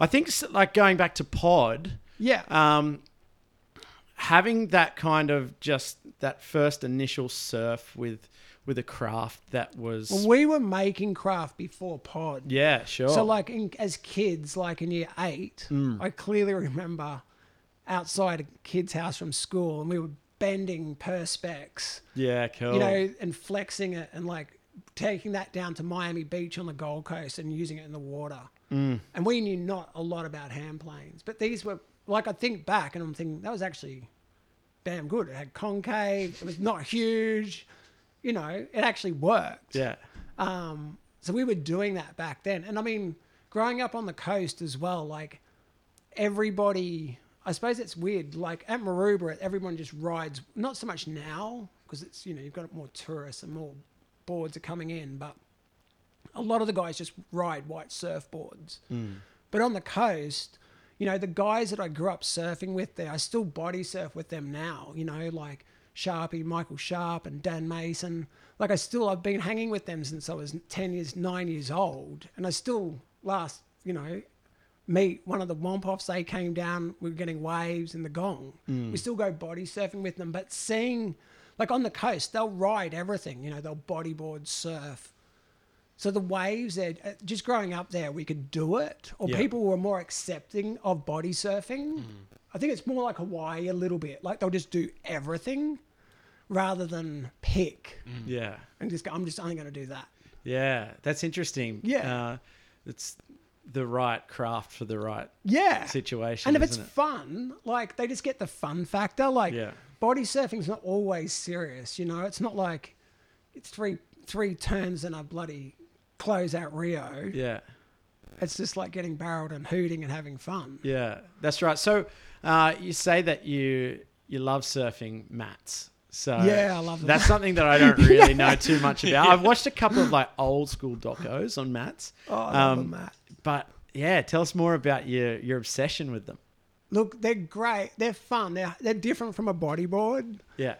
[SPEAKER 2] I think s- like going back to pod.
[SPEAKER 3] yeah.
[SPEAKER 2] Um, having that kind of just that first initial surf with with a craft that was
[SPEAKER 3] Well, we were making craft before pod.
[SPEAKER 2] yeah Oh. sure
[SPEAKER 3] So, like, in, as kids, like in year eight, I clearly remember outside a kid's house from school, and we were bending perspex,
[SPEAKER 2] yeah cool
[SPEAKER 3] you know, and flexing it, and like taking that down to Miami Beach on the Gold Coast and using it in the water. Mm. And we knew not a lot about hand planes, but these were like I think back, and I'm thinking that was actually damn good. It had concave. It was not huge. You know, it actually worked.
[SPEAKER 2] yeah
[SPEAKER 3] Um, so we were doing that back then. And I mean, growing up on the coast as well, like everybody, I suppose it's weird. Like at Maroubra, everyone just rides, not so much now, because it's, you know, you've got more tourists and more boards are coming in, but a lot of the guys just ride white surfboards. But on the coast, you know, the guys that I grew up surfing with there, I still body surf with them now, you know, like Sharpie, Michael Sharp, and Dan Mason. Like, I still, I've been hanging with them since I was 10 years, nine years old. And I still last, you know, meet one of the Wompoffs. They came down, we were getting waves in the gong. We still go body surfing with them, but seeing, like on the coast, they'll ride everything. You know, they'll bodyboard, surf. So the waves, they're- uh, just growing up there, we could do it, or
[SPEAKER 2] Yeah.
[SPEAKER 3] people were more accepting of body surfing. I think it's more like Hawaii a little bit. Like they'll just do everything rather than pick
[SPEAKER 2] Yeah.
[SPEAKER 3] and just go, I'm just only going to do that.
[SPEAKER 2] Yeah. That's interesting.
[SPEAKER 3] Yeah.
[SPEAKER 2] Uh, it's the right craft for the right
[SPEAKER 3] Yeah.
[SPEAKER 2] situation.
[SPEAKER 3] and if it's
[SPEAKER 2] isn't it?
[SPEAKER 3] fun, like they just get the fun factor. Like
[SPEAKER 2] Yeah.
[SPEAKER 3] body surfing's not always serious, you know. It's not like it's three three turns and a bloody close out Rio.
[SPEAKER 2] Yeah.
[SPEAKER 3] It's just like getting barreled and hooting and having fun.
[SPEAKER 2] Yeah, that's right. So uh, you say that you you love surfing mats. So
[SPEAKER 3] Yeah, I love them.
[SPEAKER 2] That's something that I don't really know too much about. I've watched a couple of like old school docos on mats.
[SPEAKER 3] Oh, I love
[SPEAKER 2] Um,
[SPEAKER 3] them, Matt.
[SPEAKER 2] But yeah, tell us more about your your obsession with them.
[SPEAKER 3] Look, they're great. They're fun. They're, they're different from a bodyboard.
[SPEAKER 2] Yeah.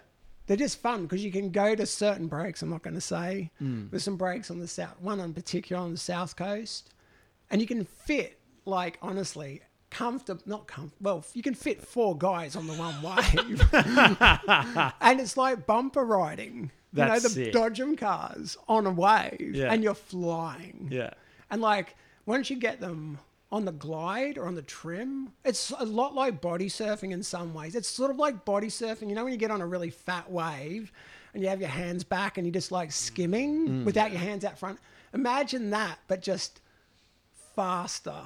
[SPEAKER 3] they're just fun because you can go to certain breaks. I'm not going to say
[SPEAKER 2] Hmm.
[SPEAKER 3] there's some breaks on the south, one in particular on the south coast, and you can fit like honestly comfortable, not comfortable. Well, you can fit four guys on the one wave, and it's like bumper riding.
[SPEAKER 2] That's
[SPEAKER 3] you know the
[SPEAKER 2] sick.
[SPEAKER 3] Dodgem cars on a wave,
[SPEAKER 2] Yeah.
[SPEAKER 3] and you're flying.
[SPEAKER 2] Yeah.
[SPEAKER 3] And like once you get them on the glide or on the trim, it's a lot like body surfing in some ways. It's sort of like body surfing. You know when you get on a really fat wave and you have your hands back and you're just like skimming without your hands out front. Imagine that, but just faster.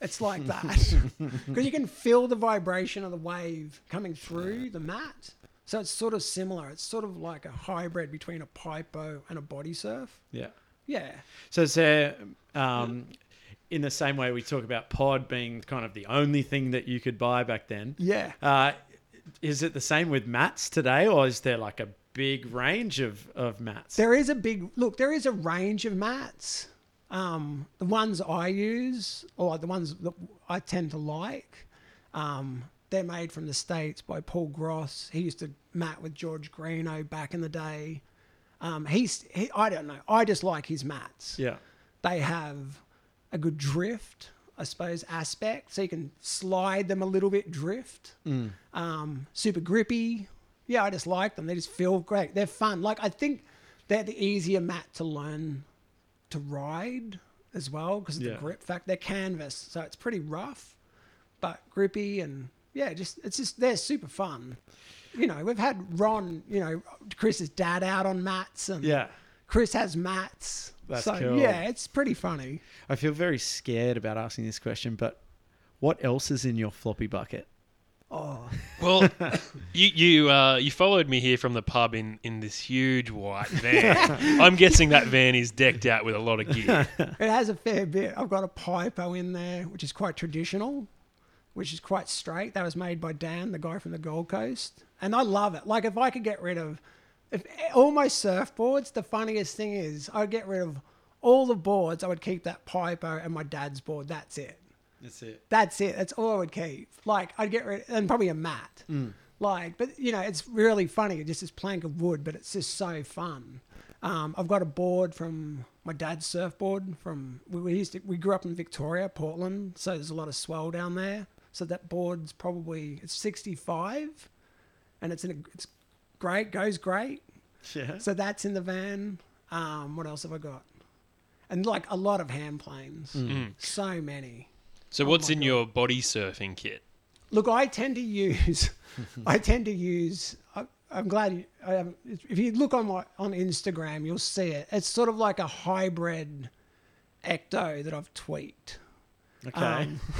[SPEAKER 3] It's like that. Because you can feel the vibration of the wave coming through the mat. So it's sort of similar. It's sort of like a hybrid between a pipo and a body surf.
[SPEAKER 2] Yeah.
[SPEAKER 3] Yeah.
[SPEAKER 2] So is there, um, in the same way we talk about pod being kind of the only thing that you could buy back then.
[SPEAKER 3] Yeah.
[SPEAKER 2] Uh, is it the same with mats today, or is there like a big range of of mats?
[SPEAKER 3] There is a big look. There is a range of mats. Um, the ones I use, or the ones that I tend to like, um, they're made from the states by Paul Gross. He used to mat with George Greeno back in the day. Um, he's he, I don't know. I just like his mats.
[SPEAKER 2] yeah.
[SPEAKER 3] They have a good drift, I suppose, aspect. So you can slide them a little bit, drift. Um, super grippy. Yeah, I just like them. They just feel great. They're fun. Like, I think they're the easier mat to learn to ride as well because of
[SPEAKER 2] Yeah.
[SPEAKER 3] the grip fact. They're canvas, so it's pretty rough, but grippy and. Yeah, just it's just they're super fun. You know, we've had Ron, you know, Chris's dad out on mats and
[SPEAKER 2] Yeah.
[SPEAKER 3] Chris has mats.
[SPEAKER 2] That's
[SPEAKER 3] so
[SPEAKER 2] cool.
[SPEAKER 3] yeah, it's pretty funny.
[SPEAKER 2] I feel very scared about asking this question, but what else is in your floppy bucket?
[SPEAKER 3] Oh,
[SPEAKER 1] Well, you you uh, you followed me here from the pub in, in this huge white van. I'm guessing that van is decked out with a lot of gear.
[SPEAKER 3] it has a fair bit. I've got a pipo in there, which is quite traditional, which is quite straight. That was made by Dan, the guy from the Gold Coast, and I love it. Like if I could get rid of if all my surfboards, the funniest thing is I'd get rid of all the boards. I would keep that pipo and my dad's board. That's it.
[SPEAKER 2] That's it.
[SPEAKER 3] That's it. That's all I would keep. Like I'd get rid and probably a mat. Like, but you know, it's really funny. Just this plank of wood, but it's just so fun. Um, I've got a board from my dad's surfboard from we, we used to we grew up in Victoria, Portland, so there's a lot of swell down there. So that board's probably it's 65, and it's in a, it's great, goes great.
[SPEAKER 2] Yeah.
[SPEAKER 3] So that's in the van. Um, what else have I got? And like a lot of hand planes, so many.
[SPEAKER 1] So, what's in your body surfing kit?
[SPEAKER 3] Look, I tend to use, I tend to use. I, I'm glad you, I haven't, if you look on my on Instagram, you'll see it. It's sort of like a hybrid ecto that I've tweaked. Um,
[SPEAKER 2] Okay.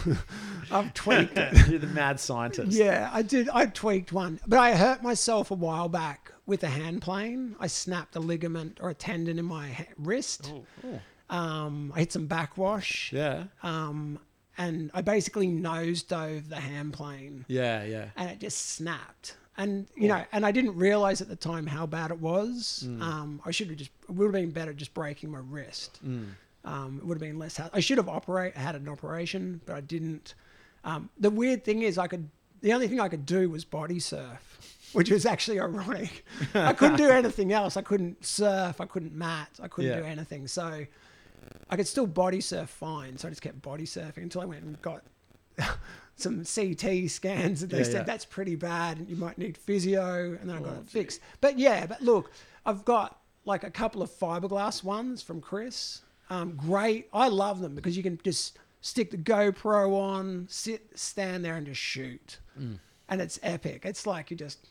[SPEAKER 3] I've tweaked it.
[SPEAKER 2] um, You're the mad scientist.
[SPEAKER 3] Yeah, I did. I tweaked one, but I hurt myself a while back with a hand plane. I snapped a ligament or a tendon in my ha- wrist. Um, I hit some backwash.
[SPEAKER 2] Oh, Yeah.
[SPEAKER 3] Um, and I basically nose dove the hand plane.
[SPEAKER 2] Yeah. Yeah.
[SPEAKER 3] and it just snapped. And you know, and I didn't realize at the time how bad it was.
[SPEAKER 2] Mm.
[SPEAKER 3] Um, I should have just it would have been better just breaking my wrist.
[SPEAKER 2] Mm.
[SPEAKER 3] Um, it would have been less. ha- I should have operate had an operation, but I didn't. Um, the weird thing is, I could the only thing I could do was body surf, which was actually ironic. I couldn't do anything else. I couldn't surf. I couldn't mat. I couldn't
[SPEAKER 2] Yeah.
[SPEAKER 3] do anything. So I could still body surf fine. So I just kept body surfing until I went and got some CT scans and they
[SPEAKER 2] Yeah,
[SPEAKER 3] said
[SPEAKER 2] yeah. Oh,
[SPEAKER 3] that's pretty bad and you might need physio and then I got it fixed. But yeah, but look, I've got like a couple of fiberglass ones from Chris. Um, great. I love them because you can just stick the GoPro on, sit, stand there and just shoot.
[SPEAKER 2] Mm.
[SPEAKER 3] And it's epic. It's like you just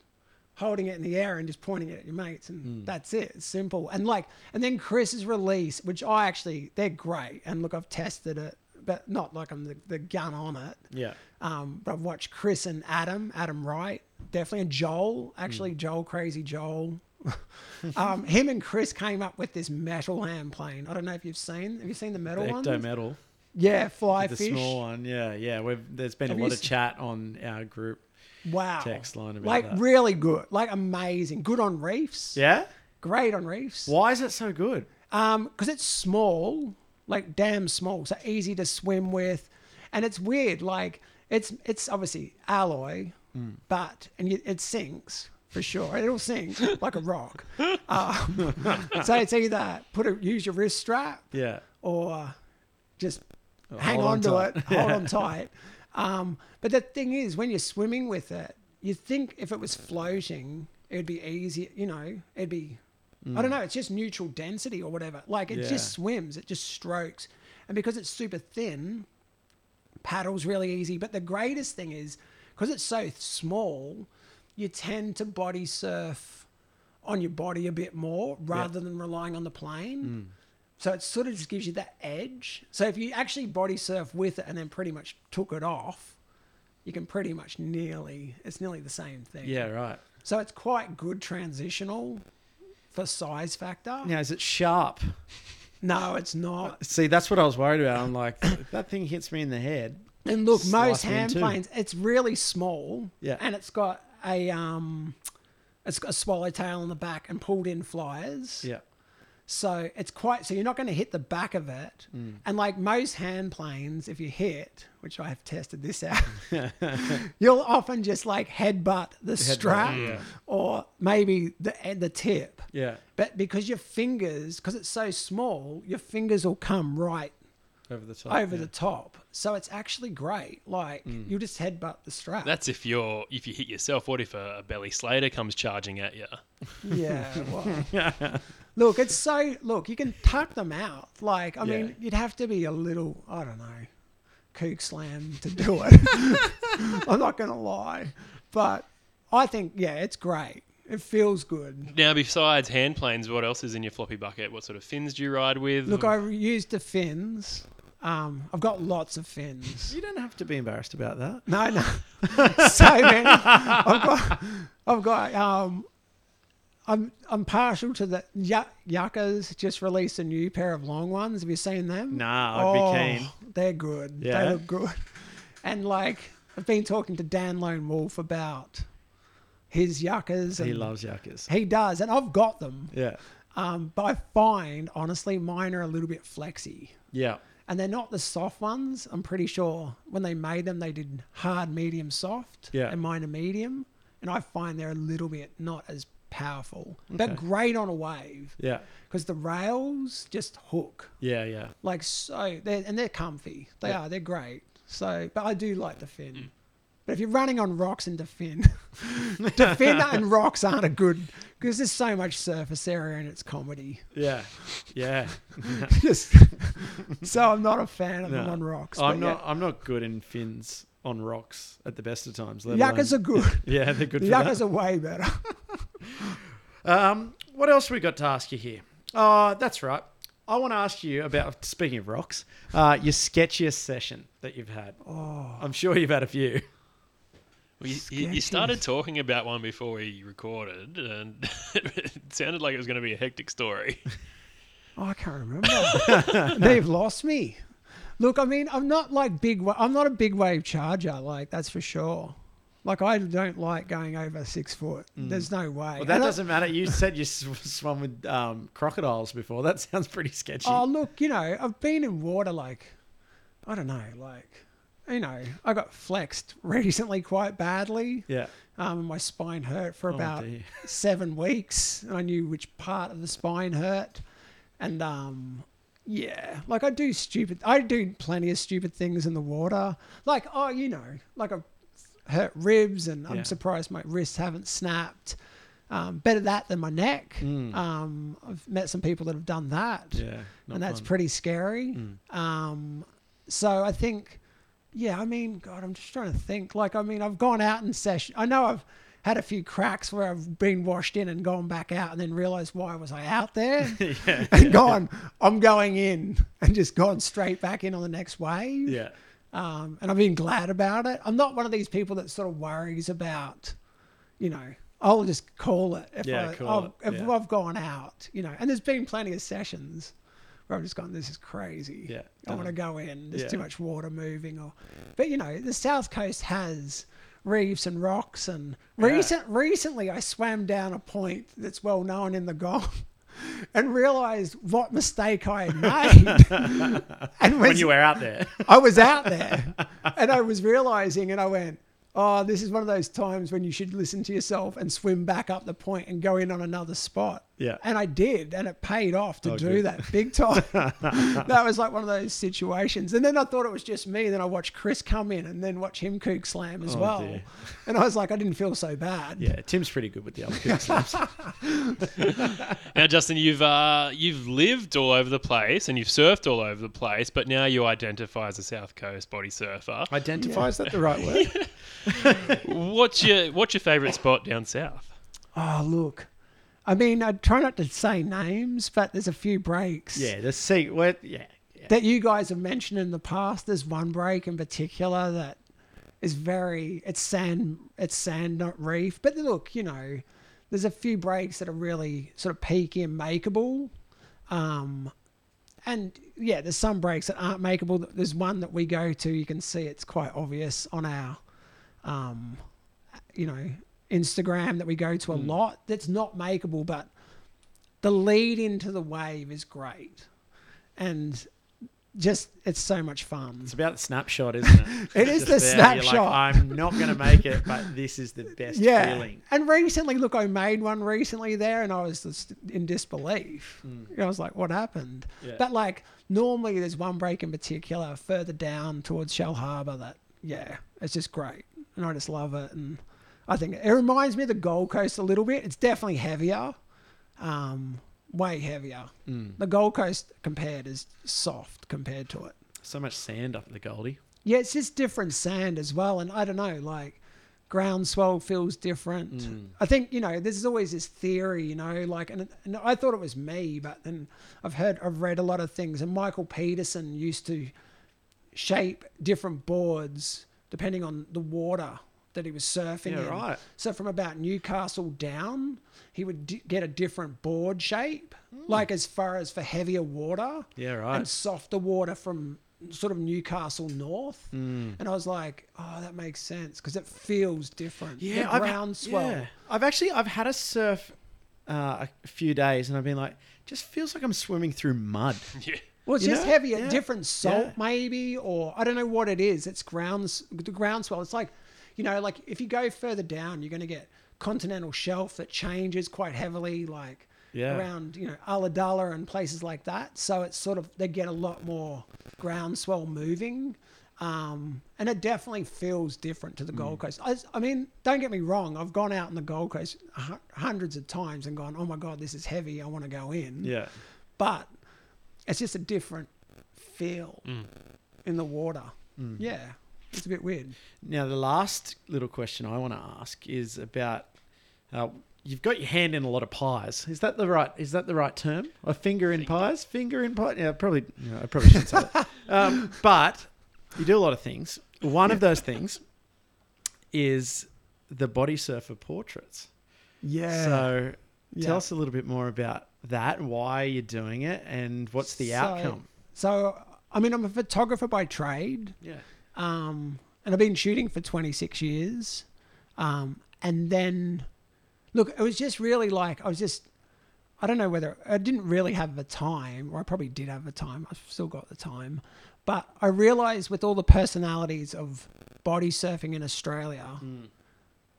[SPEAKER 3] holding it in the air and just pointing it at your mates and
[SPEAKER 2] Mm.
[SPEAKER 3] that's it it's simple and like and then chris's release which i actually they're great and look i've tested it but not like i'm the, the gun on it
[SPEAKER 2] Yeah.
[SPEAKER 3] um, but I've watched Chris and Adam, Adam Wright, definitely, and Joel, actually,
[SPEAKER 2] Mm.
[SPEAKER 3] Joel, crazy Joel. um, him and Chris came up with this metal hand plane. I don't know if you've seen. Have you seen the metal one?
[SPEAKER 2] Ecto metal.
[SPEAKER 3] Yeah, fly
[SPEAKER 2] The
[SPEAKER 3] fish.
[SPEAKER 2] small one. Yeah, yeah. We've, there's been
[SPEAKER 3] Have
[SPEAKER 2] a
[SPEAKER 3] you
[SPEAKER 2] lot of
[SPEAKER 3] s-
[SPEAKER 2] chat on our group.
[SPEAKER 3] wow.
[SPEAKER 2] text line about
[SPEAKER 3] like
[SPEAKER 2] that.
[SPEAKER 3] really good, like amazing, good on reefs.
[SPEAKER 2] Yeah?
[SPEAKER 3] great on reefs.
[SPEAKER 2] Why is it so good?
[SPEAKER 3] Um, 'cause because it's small, like damn small, so easy to swim with, and it's weird. Like it's it's obviously alloy, but and you, it sinks for sure. It'll sink like a rock. Um, so it's either put a use your wrist strap
[SPEAKER 2] Yeah.
[SPEAKER 3] or uh, just hang
[SPEAKER 2] hold on
[SPEAKER 3] on to
[SPEAKER 2] tight.
[SPEAKER 3] it, hold on tight. Um, but the thing is, when you're swimming with it, you think if it was floating, it'd be easy. You know, it'd be. I don't know. It's just neutral density or whatever. Like it
[SPEAKER 2] Mm. Yeah.
[SPEAKER 3] just swims. It just strokes, and because it's super thin, paddles really easy. But the greatest thing is because it's so small, you tend to body surf on your body a bit more rather than relying on the
[SPEAKER 2] Mm.
[SPEAKER 3] plane. So it sort of just gives you that edge. So if you actually body surf with it and then pretty much took it off, you can pretty much nearly it's nearly the same thing.
[SPEAKER 2] Yeah, right.
[SPEAKER 3] So it's quite good transitional for size factor.
[SPEAKER 2] Now, is it sharp?
[SPEAKER 3] No, it's not.
[SPEAKER 2] See, that's what I was worried about. I'm like, if that thing hits me in the head.
[SPEAKER 3] And look,
[SPEAKER 2] Uh, Slice
[SPEAKER 3] most
[SPEAKER 2] me in
[SPEAKER 3] hand
[SPEAKER 2] two.
[SPEAKER 3] planes, it's really small.
[SPEAKER 2] Yeah.
[SPEAKER 3] And it's got a um it's got a swallowtail on the back and pulled in flyers.
[SPEAKER 2] Yeah.
[SPEAKER 3] So it's quite so you're not going to hit the back of it.
[SPEAKER 2] Mm.
[SPEAKER 3] And like most hand planes, if you hit, which I have tested this out, you'll often just like headbutt the strap
[SPEAKER 2] yeah.
[SPEAKER 3] or maybe the the tip.
[SPEAKER 2] Yeah.
[SPEAKER 3] But because your fingers, because it's so small, your fingers will come right
[SPEAKER 2] Over the top.
[SPEAKER 3] over
[SPEAKER 2] yeah. Mm.
[SPEAKER 3] the top. So it's actually great. Like you just headbutt the strap.
[SPEAKER 1] That's if you're if you hit yourself. What if a, a Belly Slater comes charging at you?
[SPEAKER 3] yeah. Well, look, it's so look. You can tuck them out. Like I
[SPEAKER 2] Yeah.
[SPEAKER 3] mean, you'd have to be a little. I don't know. Kook slam to do it. I'm not gonna lie, but I think yeah, it's great. It feels good.
[SPEAKER 1] Now, besides hand planes, what else is in your floppy bucket? What sort of fins do you ride with?
[SPEAKER 3] Look, I used the fins. Um, I've got lots of fins.
[SPEAKER 2] You don't have to be embarrassed about that.
[SPEAKER 3] No, no. so many. I've got, I've got, um, I'm, I'm partial to the ya- Yucca's just released a new pair of long ones. Have you seen them? Oh,
[SPEAKER 2] Nah, I'd be keen.
[SPEAKER 3] They're good.
[SPEAKER 2] Yeah?
[SPEAKER 3] They look good. And like, I've been talking to Dan Lone Wolf about his Yucca's. And
[SPEAKER 2] He loves yuccas.
[SPEAKER 3] He does. And I've got them.
[SPEAKER 2] Yeah.
[SPEAKER 3] Um, but I find, honestly, mine are a little bit flexy
[SPEAKER 2] Yeah.
[SPEAKER 3] and they're not the soft ones. I'm pretty sure when they made them, they did hard, medium, soft,
[SPEAKER 2] Yeah.
[SPEAKER 3] and mine are medium. And I find they're a little bit not as powerful, but great on a wave
[SPEAKER 2] Yeah.
[SPEAKER 3] because the rails just hook
[SPEAKER 2] Yeah. Yeah.
[SPEAKER 3] like so. They're, and they're comfy. They are. They're great. So, but I do like the fin.
[SPEAKER 2] Mm.
[SPEAKER 3] But if you're running on rocks into fin, to fin and rocks aren't a good because there's so much surface area and it's comedy.
[SPEAKER 2] Yeah. Yeah.
[SPEAKER 3] Just so I'm not a fan of them
[SPEAKER 2] No.
[SPEAKER 3] on rocks.
[SPEAKER 2] I'm
[SPEAKER 3] but yeah.
[SPEAKER 2] not. I'm not good in fins on rocks at the best of times. Let
[SPEAKER 3] Yuccas are
[SPEAKER 2] alone,
[SPEAKER 3] good.
[SPEAKER 2] yeah, they're good. For
[SPEAKER 3] Yuccas are way better.
[SPEAKER 2] that. Um, what else we got to ask you here? Uh, that's right. I want to ask you about speaking of rocks, uh, your sketchiest session that you've had. Oh, I'm sure you've had a few.
[SPEAKER 1] Well, you, you, you
[SPEAKER 3] Sketches.
[SPEAKER 1] started talking about one before we recorded, and it sounded like it was going to be a hectic story.
[SPEAKER 3] Oh, I can't remember. They've lost me. Look, I mean, I'm not like big. wa- I'm not a big wave charger. Like that's for sure. Like I don't like going over six foot. There's no way.
[SPEAKER 2] Mm. Well, that
[SPEAKER 3] And I-
[SPEAKER 2] doesn't matter. You said you sw- swam with um, crocodiles before. That sounds pretty sketchy.
[SPEAKER 3] Oh, look, you know, I've been in water like, I don't know, like, you know, I got flexed recently quite badly.
[SPEAKER 2] yeah.
[SPEAKER 3] Um, and my spine hurt
[SPEAKER 2] Oh,
[SPEAKER 3] for about
[SPEAKER 2] dear.
[SPEAKER 3] seven weeks. And I knew which part of the spine hurt. And um, Yeah, like I do stupid. I do plenty of stupid things in the water. Like oh, you know, like I hurt ribs, and
[SPEAKER 2] Yeah.
[SPEAKER 3] I'm surprised my wrists haven't snapped. Um, better that than my neck. Um, I've met some people that have done that,
[SPEAKER 2] Yeah, not
[SPEAKER 3] and that's
[SPEAKER 2] fun.
[SPEAKER 3] pretty scary.
[SPEAKER 2] Mm.
[SPEAKER 3] Um, so I think, yeah, I mean, God, I'm just trying to think. Like, I mean, I've gone out in session. I know I've had a few cracks where I've been washed in and gone back out, and then realized why was I out there?
[SPEAKER 2] yeah,
[SPEAKER 3] and gone, I'm going in and just gone straight back in on the next wave.
[SPEAKER 2] yeah,
[SPEAKER 3] Um, and I've been glad about it. I'm not one of these people that sort of worries about, you know, I'll just call it if,
[SPEAKER 2] Yeah,
[SPEAKER 3] I,
[SPEAKER 2] call
[SPEAKER 3] I'll-
[SPEAKER 2] it,
[SPEAKER 3] if
[SPEAKER 2] yeah.
[SPEAKER 3] I've gone out, you know. And there's been plenty of sessions where I've just gone, this is crazy.
[SPEAKER 2] Yeah,
[SPEAKER 3] I want to
[SPEAKER 2] done.
[SPEAKER 3] go in. There's
[SPEAKER 2] Yeah.
[SPEAKER 3] too much water moving. Or, but you know, the South Coast has reefs and rocks. And recent recently, I swam down a point that's well known in the Gulf. And realized what mistake I had made. and
[SPEAKER 2] When you were out there,
[SPEAKER 3] I was out there and I was realizing, and I went, Oh, this is one of those times when you should listen to yourself and swim back up the point and go in on another spot.
[SPEAKER 2] Yeah.
[SPEAKER 3] And I did, and it paid off to
[SPEAKER 2] Oh,
[SPEAKER 3] do
[SPEAKER 2] good.
[SPEAKER 3] that big time. that was like one of those situations. And then I thought it was just me. Then I watched Chris come in and then watch him kook slam as
[SPEAKER 2] Oh,
[SPEAKER 3] well.
[SPEAKER 2] dear.
[SPEAKER 3] And I was like, I didn't feel so bad.
[SPEAKER 2] yeah, Tim's pretty good with the other kick slaps.
[SPEAKER 1] Now, Justin, you've uh, you've lived all over the place and you've surfed all over the place, but now you identify as a South Coast body surfer.
[SPEAKER 2] Identify is that the right word?
[SPEAKER 1] What's your What's your favourite spot down south?
[SPEAKER 3] Oh, look. I mean, I try not to say names, but there's a few breaks.
[SPEAKER 2] yeah, the sea. What? Yeah, yeah,
[SPEAKER 3] that you guys have mentioned in the past. There's one break in particular that is very it's sand it's sand not reef. But look, you know, there's a few breaks that are really sort of peaky and makeable. Um and yeah, there's some breaks that aren't makeable. There's one that we go to, you can see it's quite obvious on our um you know, Instagram that we go to a lot that's not makeable, but the lead into the wave is great. And just it's so much fun.
[SPEAKER 2] it's about the snapshot, isn't it?
[SPEAKER 3] It is
[SPEAKER 2] Just
[SPEAKER 3] the
[SPEAKER 2] there, you're like,
[SPEAKER 3] snapshot.
[SPEAKER 2] I'm not going to make it, but this is the best
[SPEAKER 3] Yeah.
[SPEAKER 2] feeling.
[SPEAKER 3] And recently, look, I made one recently there and I was just in disbelief. I was like, what happened?
[SPEAKER 2] Mm. Yeah.
[SPEAKER 3] But like, normally there's one break in particular further down towards Shell Harbour that, yeah, it's just great. And I just love it. And I think it reminds me of the Gold Coast a little bit. It's definitely heavier, um, way heavier.
[SPEAKER 2] Mm.
[SPEAKER 3] The Gold Coast compared is soft compared to it.
[SPEAKER 2] So much sand up in the Goldie.
[SPEAKER 3] Yeah, it's just different sand as well. And I don't know, like groundswell feels different.
[SPEAKER 2] Mm.
[SPEAKER 3] I think, you know, there's always this theory, you know, like, and, and I thought it was me, but then I've heard, I've read a lot of things. And Michael Peterson used to shape different boards depending on the water that he was surfing
[SPEAKER 2] Yeah,
[SPEAKER 3] in.
[SPEAKER 2] right.
[SPEAKER 3] So from about Newcastle down, he would d- get a different board shape,
[SPEAKER 2] Hmm.
[SPEAKER 3] like as far as for heavier water
[SPEAKER 2] Yeah, right.
[SPEAKER 3] and softer water from sort of Newcastle north.
[SPEAKER 2] Mm.
[SPEAKER 3] And I was like, oh, that makes sense because it feels different.
[SPEAKER 2] Yeah,
[SPEAKER 3] the
[SPEAKER 2] I've,
[SPEAKER 3] groundswell.
[SPEAKER 2] yeah. I've actually I've had a surf uh, a few days, and I've been like, just feels like I'm swimming through mud.
[SPEAKER 1] Yeah.
[SPEAKER 3] Well, it's
[SPEAKER 2] You
[SPEAKER 3] just
[SPEAKER 2] know?
[SPEAKER 3] heavier,
[SPEAKER 2] Yeah.
[SPEAKER 3] different salt
[SPEAKER 2] Yeah.
[SPEAKER 3] maybe, or I don't know what it is. It's grounds, the groundswell. It's like, you know, like if you go further down, you're going to get continental shelf that changes quite heavily, like
[SPEAKER 2] Yeah.
[SPEAKER 3] around you know Aladala and places like that. So it's sort of they get a lot more groundswell moving, um, and it definitely feels different to the
[SPEAKER 2] Mm.
[SPEAKER 3] Gold Coast. I, I mean, don't get me wrong. I've gone out on the Gold Coast hu- hundreds of times and gone, oh my god, this is heavy. I want to go in
[SPEAKER 2] Yeah,
[SPEAKER 3] but it's just a different feel
[SPEAKER 2] Mm.
[SPEAKER 3] in the water. Yeah, it's a bit weird.
[SPEAKER 2] Now, the last little question I want to ask is about uh, you've got your hand in a lot of pies. Is that the right? Is that the right term? A finger in pies? Finger in pie? Yeah, probably. No, I probably shouldn't say that. Um, but you do a lot of things. One of those things is the body surfer portraits.
[SPEAKER 3] Yeah.
[SPEAKER 2] So,
[SPEAKER 3] Yeah.
[SPEAKER 2] tell us a little bit more about that. Why you're doing it, and what's the
[SPEAKER 3] So-
[SPEAKER 2] outcome?
[SPEAKER 3] So, I mean, I'm a photographer by trade,
[SPEAKER 2] Yeah.
[SPEAKER 3] um, and I've been shooting for 26 years. Um, and then, look, it was just really like I was just, I don't know whether I didn't really have the time, or I probably did have the time. I've still got the time, but I realized with all the personalities of body surfing in Australia,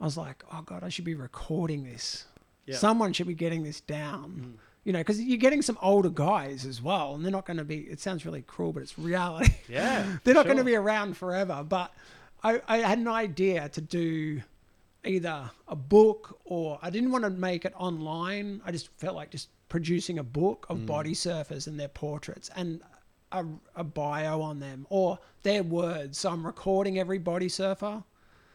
[SPEAKER 3] I was like, oh god, I should be recording this.
[SPEAKER 2] Yeah.
[SPEAKER 3] Someone should be getting this down you know, because you're getting some older guys as well, and they're not going to be. It sounds really cruel, but it's reality.
[SPEAKER 2] Yeah,
[SPEAKER 3] they're not going to
[SPEAKER 2] sure.
[SPEAKER 3] be around forever. But I, I had an idea to do either a book or I didn't want to make it online. I just felt like just producing a book of body surfers and their portraits and a, a bio on them or their words. So I'm recording every body surfer.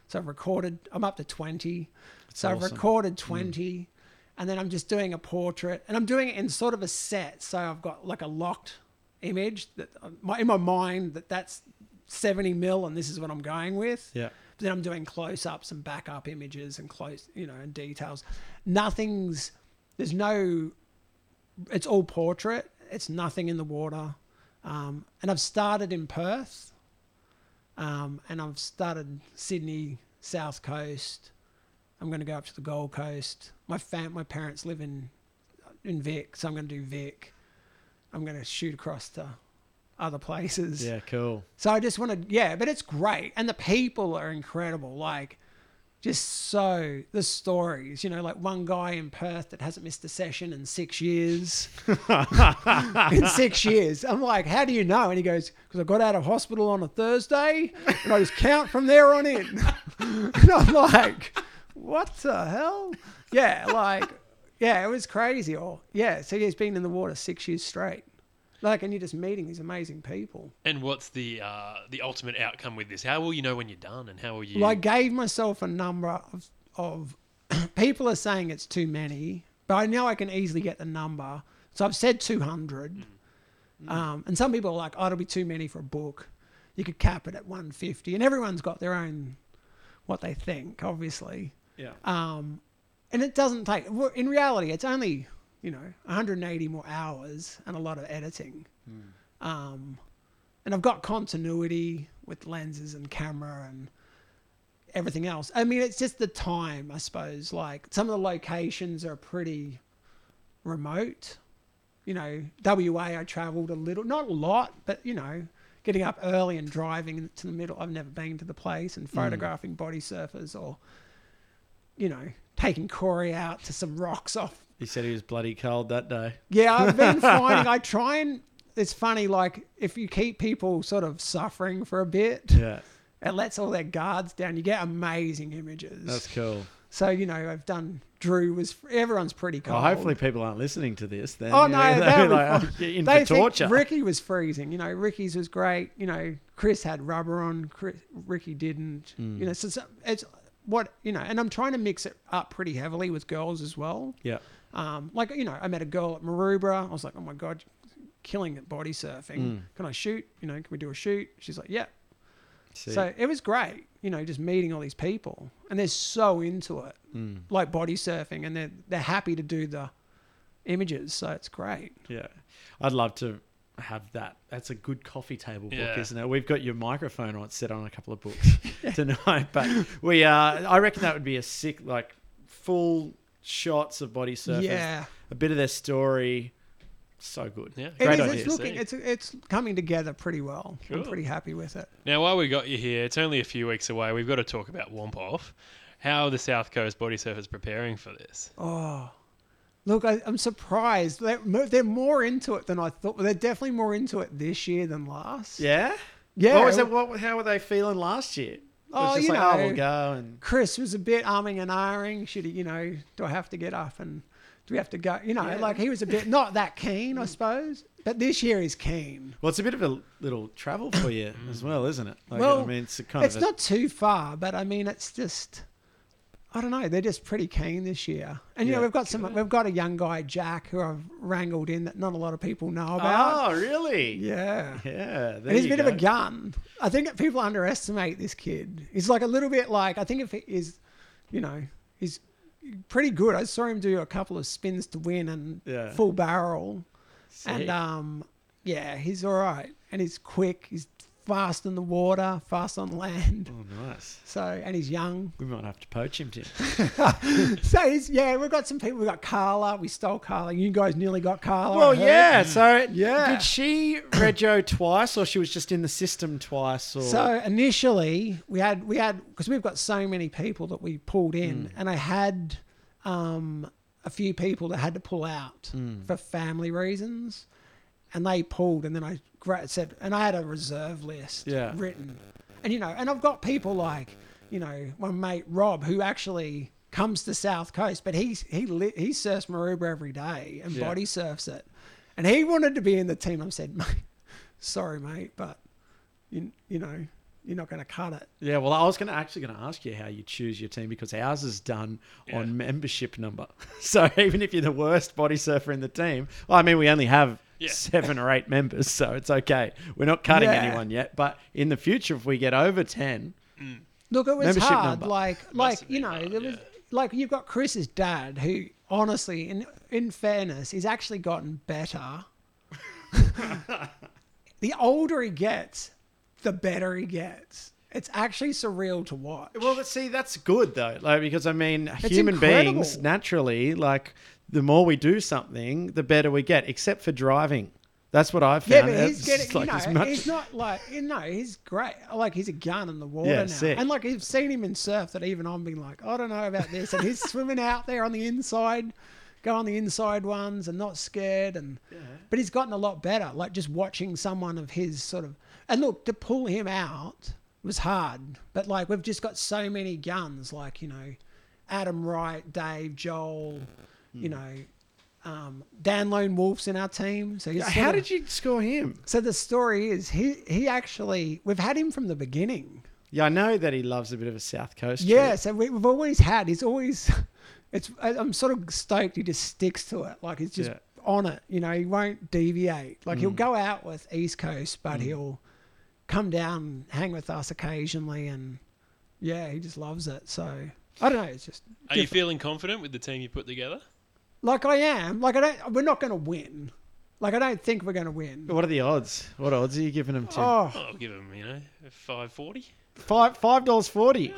[SPEAKER 3] So I've recorded, I'm up to 20. so I've
[SPEAKER 2] awesome.
[SPEAKER 3] recorded 20. And then I'm just doing a portrait and I'm doing it in sort of a set. So I've got like a locked image that uh, my, in my mind that that's 70 mil and this is what I'm going with.
[SPEAKER 2] Yeah.
[SPEAKER 3] But then I'm doing close ups and back up images and close, you know, and details. Nothing's, there's no, it's all portrait. It's nothing in the water. Um, and I've started in Perth um, and I've started Sydney, South Coast. I'm going to go up to the Gold Coast. My fam, my parents live in in Vic, so I'm going to do Vic. I'm going to shoot across to other places.
[SPEAKER 2] Yeah, cool.
[SPEAKER 3] So I just want to, yeah, but it's great. And the people are incredible. Like, just so the stories, you know, like one guy in Perth that hasn't missed a session in six years. in six years. I'm like, how do you know? And he goes, because I got out of hospital on a Thursday and I just count from there on in. and I'm like, what the hell? Yeah, like, yeah, it was crazy. Or, yeah, so he's been in the water six years straight. Like, and you're just meeting these amazing people.
[SPEAKER 1] And what's the uh, the ultimate outcome with this? How will you know when you're done, and how will you?
[SPEAKER 3] Well, I gave myself a number of, of people are saying it's too many, but I know I can easily get the number. So I've said 200. Um, and some people are like, oh, it'll be too many for a book. You could cap it at 150. And everyone's got their own, what they think, obviously.
[SPEAKER 2] Yeah.
[SPEAKER 3] Um, and it doesn't take, well, in reality, it's only, you know, 180 more hours and a lot of editing. Um, and I've got continuity with lenses and camera and everything else. I mean, it's just the time, I suppose. Like some of the locations are pretty remote. You know, WA, I traveled a little, not a lot, but you know, getting up early and driving to the middle. I've never been to the place and photographing body surfers or, you know, taking Corey out to some rocks off
[SPEAKER 2] He said he was bloody cold that day.
[SPEAKER 3] yeah, I've been finding. I try and it's funny. Like if you keep people sort of suffering for a bit,
[SPEAKER 2] Yeah,
[SPEAKER 3] it lets all their guards down. You get amazing images.
[SPEAKER 2] that's cool.
[SPEAKER 3] so you know, I've done. Drew was. Everyone's pretty cold.
[SPEAKER 2] Well, hopefully people aren't listening to this. Then.
[SPEAKER 3] Oh
[SPEAKER 2] you
[SPEAKER 3] no,
[SPEAKER 2] know, they'll
[SPEAKER 3] that
[SPEAKER 2] be
[SPEAKER 3] would
[SPEAKER 2] like,
[SPEAKER 3] be
[SPEAKER 2] "Oh,
[SPEAKER 3] fun.
[SPEAKER 2] you're in
[SPEAKER 3] They
[SPEAKER 2] for
[SPEAKER 3] think
[SPEAKER 2] torture.
[SPEAKER 3] Ricky was freezing. You know, Ricky's was great. You know, Chris had rubber on. Chris, Ricky didn't.
[SPEAKER 2] Hmm.
[SPEAKER 3] You know, so it's, it's what you know. And I'm trying to mix it up pretty heavily with girls as well.
[SPEAKER 2] yeah,
[SPEAKER 3] Um, like you know, I met a girl at Maroubra. I was like, oh my god, killing at body surfing.
[SPEAKER 2] Hmm.
[SPEAKER 3] Can I shoot? You know, can we do a shoot? She's like, yeah.
[SPEAKER 2] See,
[SPEAKER 3] So it was great. You know, just meeting all these people, and they're so into it,
[SPEAKER 2] mm.
[SPEAKER 3] like body surfing, and they're they're happy to do the images. So it's great.
[SPEAKER 2] yeah, I'd love to have that. That's a good coffee table book,
[SPEAKER 1] Yeah.
[SPEAKER 2] isn't it? We've got your microphone on set on a couple of books tonight, but we uh, I reckon that would be a sick like full shots of body surface,
[SPEAKER 3] Yeah.
[SPEAKER 2] a bit of their story. So good.
[SPEAKER 1] Yeah.
[SPEAKER 3] It
[SPEAKER 1] Great
[SPEAKER 3] is.
[SPEAKER 1] idea,
[SPEAKER 3] It's looking.
[SPEAKER 1] see.
[SPEAKER 3] It's it's coming together pretty well. I'm
[SPEAKER 1] Cool.
[SPEAKER 3] pretty happy with it.
[SPEAKER 1] Now, while we got you here, it's only a few weeks away. We've got to talk about Womp Off. How are the South Coast body surfers preparing for this?
[SPEAKER 3] Oh. Look, I, I'm surprised. They're, mo- they're more into it than I thought. They're definitely more into it this year than last.
[SPEAKER 2] Yeah.
[SPEAKER 3] Yeah.
[SPEAKER 2] What was it? What? How were they feeling last year? It was
[SPEAKER 3] Oh,
[SPEAKER 2] just
[SPEAKER 3] you
[SPEAKER 2] like, oh,
[SPEAKER 3] know.
[SPEAKER 2] we'll go and
[SPEAKER 3] Chris was a bit arming and ahhing. Should he, you know, do I have to get up and do we have to go? You know,
[SPEAKER 2] Yeah.
[SPEAKER 3] like he was a bit not that keen, I suppose. But this year he's keen.
[SPEAKER 2] Well, it's a bit of a little travel for you as well, isn't it? Like, I
[SPEAKER 3] Well,
[SPEAKER 2] mean, it's a kind
[SPEAKER 3] it's
[SPEAKER 2] of a,
[SPEAKER 3] not too far, but I mean, it's just, I don't know. They're just pretty keen this year. And you
[SPEAKER 2] Yeah.
[SPEAKER 3] know, we've got some, we've got a young guy, Jack, who I've wrangled in that not a lot of people know about.
[SPEAKER 2] Oh, really?
[SPEAKER 3] Yeah.
[SPEAKER 2] Yeah. there
[SPEAKER 3] And he's a
[SPEAKER 2] you
[SPEAKER 3] bit of
[SPEAKER 2] go.
[SPEAKER 3] a gun. I think that people underestimate this kid. He's like a little bit like I think if he is, you know, he's pretty good. I saw him do a couple of spins to win and
[SPEAKER 2] Yeah.
[SPEAKER 3] full barrel,
[SPEAKER 2] Sick.
[SPEAKER 3] and um, yeah, he's all right. And he's quick. He's fast in the water, fast on land.
[SPEAKER 2] Oh, nice.
[SPEAKER 3] So and he's young.
[SPEAKER 2] We might have to poach him, Tim.
[SPEAKER 3] So he's yeah. We've got some people. We got Carla. We stole Carla. You guys nearly got Carla. Oh, I
[SPEAKER 2] well,
[SPEAKER 3] heard.
[SPEAKER 2] yeah. So,
[SPEAKER 3] Yeah.
[SPEAKER 2] did she rego twice, or she was just in the system twice, or
[SPEAKER 3] So initially, we had
[SPEAKER 2] Mm.
[SPEAKER 3] we had because we've got so many people that we pulled in, and I had um, a a few people that had to pull out
[SPEAKER 2] Mm.
[SPEAKER 3] for family reasons, and they pulled, and then I gra- said, and I had a reserve list
[SPEAKER 2] Yeah.
[SPEAKER 3] written, and you know, and I've got people like you know my mate Rob who actually comes to South Coast, but he's he li- he surfs Maroubra every day and
[SPEAKER 2] Yeah.
[SPEAKER 3] body surfs it, and he wanted to be in the team. I said, mate, sorry mate, but you you know you're not going to cut it.
[SPEAKER 2] Yeah, well, I was going to actually going to ask you how you choose your team because ours is done on membership number. So even if you're the worst body surfer in the team, well, I mean, we only have
[SPEAKER 1] Yeah.
[SPEAKER 2] seven or eight members, so it's okay. We're not cutting
[SPEAKER 3] Yeah.
[SPEAKER 2] anyone yet, but in the future, if we get over ten,
[SPEAKER 3] Look, it was
[SPEAKER 2] Membership
[SPEAKER 3] hard.
[SPEAKER 2] number.
[SPEAKER 3] Like,
[SPEAKER 1] Must
[SPEAKER 3] like
[SPEAKER 1] have
[SPEAKER 3] you
[SPEAKER 1] been
[SPEAKER 3] know,
[SPEAKER 1] hard,
[SPEAKER 3] there was
[SPEAKER 1] yeah.
[SPEAKER 3] like you've got Chris's dad, who honestly, in in fairness, he's actually gotten better. the older he gets, the better he gets. It's actually surreal to watch.
[SPEAKER 2] Well, but see, that's good though, like because I mean, human
[SPEAKER 3] incredible.
[SPEAKER 2] beings naturally, like the more we do something, the better we get, except for driving. That's what I've
[SPEAKER 3] yeah,
[SPEAKER 2] found.
[SPEAKER 3] but he's
[SPEAKER 2] It's
[SPEAKER 3] getting,
[SPEAKER 2] like as
[SPEAKER 3] you know,
[SPEAKER 2] much-
[SPEAKER 3] he's not like, you know, he's great. Like, he's a gun in the water
[SPEAKER 2] Yeah,
[SPEAKER 3] now.
[SPEAKER 2] sick.
[SPEAKER 3] And, like, I've seen him in surf that even I'm being like, I don't know about this. And he's swimming out there on the inside, go on the inside ones and not scared. And, but he's gotten a lot better. Like, just watching someone of his sort of, and look, to pull him out was hard. But, like, we've just got so many guns, like, you know, Adam Wright, Dave, Joel,
[SPEAKER 2] Hmm.
[SPEAKER 3] you know, um, Dan Lone Wolf's in our team. So he's sort
[SPEAKER 2] How
[SPEAKER 3] of-
[SPEAKER 2] did you score him?
[SPEAKER 3] so the story is he he actually we've had him from the beginning.
[SPEAKER 2] Yeah, I know that he loves a bit of a South Coast. trip.
[SPEAKER 3] Yeah, so we, we've always had. He's always, it's I- I'm sort of stoked he just sticks to it. Like he's just
[SPEAKER 2] Yeah.
[SPEAKER 3] on it. You know, he won't deviate. Like he'll go out with East Coast, but he'll come down, hang with us occasionally, and yeah, he just loves it. So I don't know. It's just
[SPEAKER 1] Are you feeling confident with the team you put together?
[SPEAKER 3] like I am. Like I don't. We're not going to win. Like I don't think we're going to win.
[SPEAKER 2] What are the odds? What odds are you giving him, Tim?
[SPEAKER 3] Oh,
[SPEAKER 1] Oh, I'll give them, you know, five forty.
[SPEAKER 2] Five five dollars forty.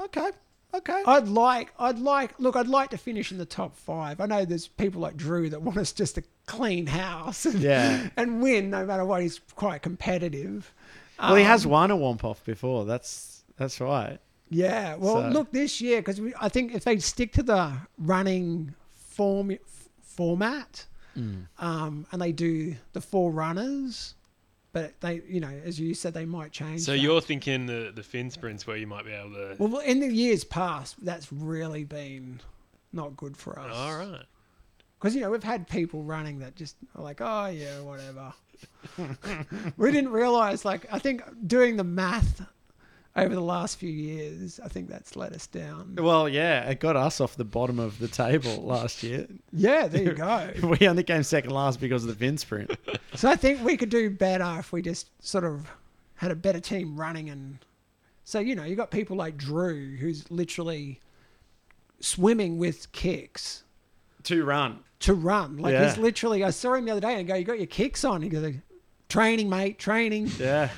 [SPEAKER 2] Okay, okay.
[SPEAKER 3] I'd like, I'd like, look, I'd like to finish in the top five. I know there's people like Drew that want us just to clean house and,
[SPEAKER 2] Yeah.
[SPEAKER 3] and win no matter what. He's quite competitive. Um,
[SPEAKER 2] well, he has won a womp off before. That's that's right.
[SPEAKER 3] Yeah. Well,
[SPEAKER 2] So-
[SPEAKER 3] look, this year, because I think if they stick to the running form, f- format
[SPEAKER 2] Mm.
[SPEAKER 3] um, and they do the four runners, but they, you know, as you said, they might change.
[SPEAKER 1] So
[SPEAKER 3] that.
[SPEAKER 1] you're thinking the the fin sprints where you might be able to.
[SPEAKER 3] Well, in the years past, that's really been not good for us.
[SPEAKER 1] All right.
[SPEAKER 3] Because, you know, we've had people running that just are like, oh, yeah, whatever. we didn't realize, like, I think doing the math over the last few years, I think that's let us down.
[SPEAKER 2] Well, yeah, it got us off the bottom of the table last year.
[SPEAKER 3] Yeah, there you go.
[SPEAKER 2] We only came second last because of the Vin sprint.
[SPEAKER 3] So I think we could do better if we just sort of had a better team running. And so, you know, you got people like Drew, who's literally swimming with kicks.
[SPEAKER 2] Two run.
[SPEAKER 3] to run. Like he's
[SPEAKER 2] Yeah.
[SPEAKER 3] literally, I saw him the other day and I go, "You got your kicks on?" He goes, "Training, mate, training.
[SPEAKER 2] Yeah.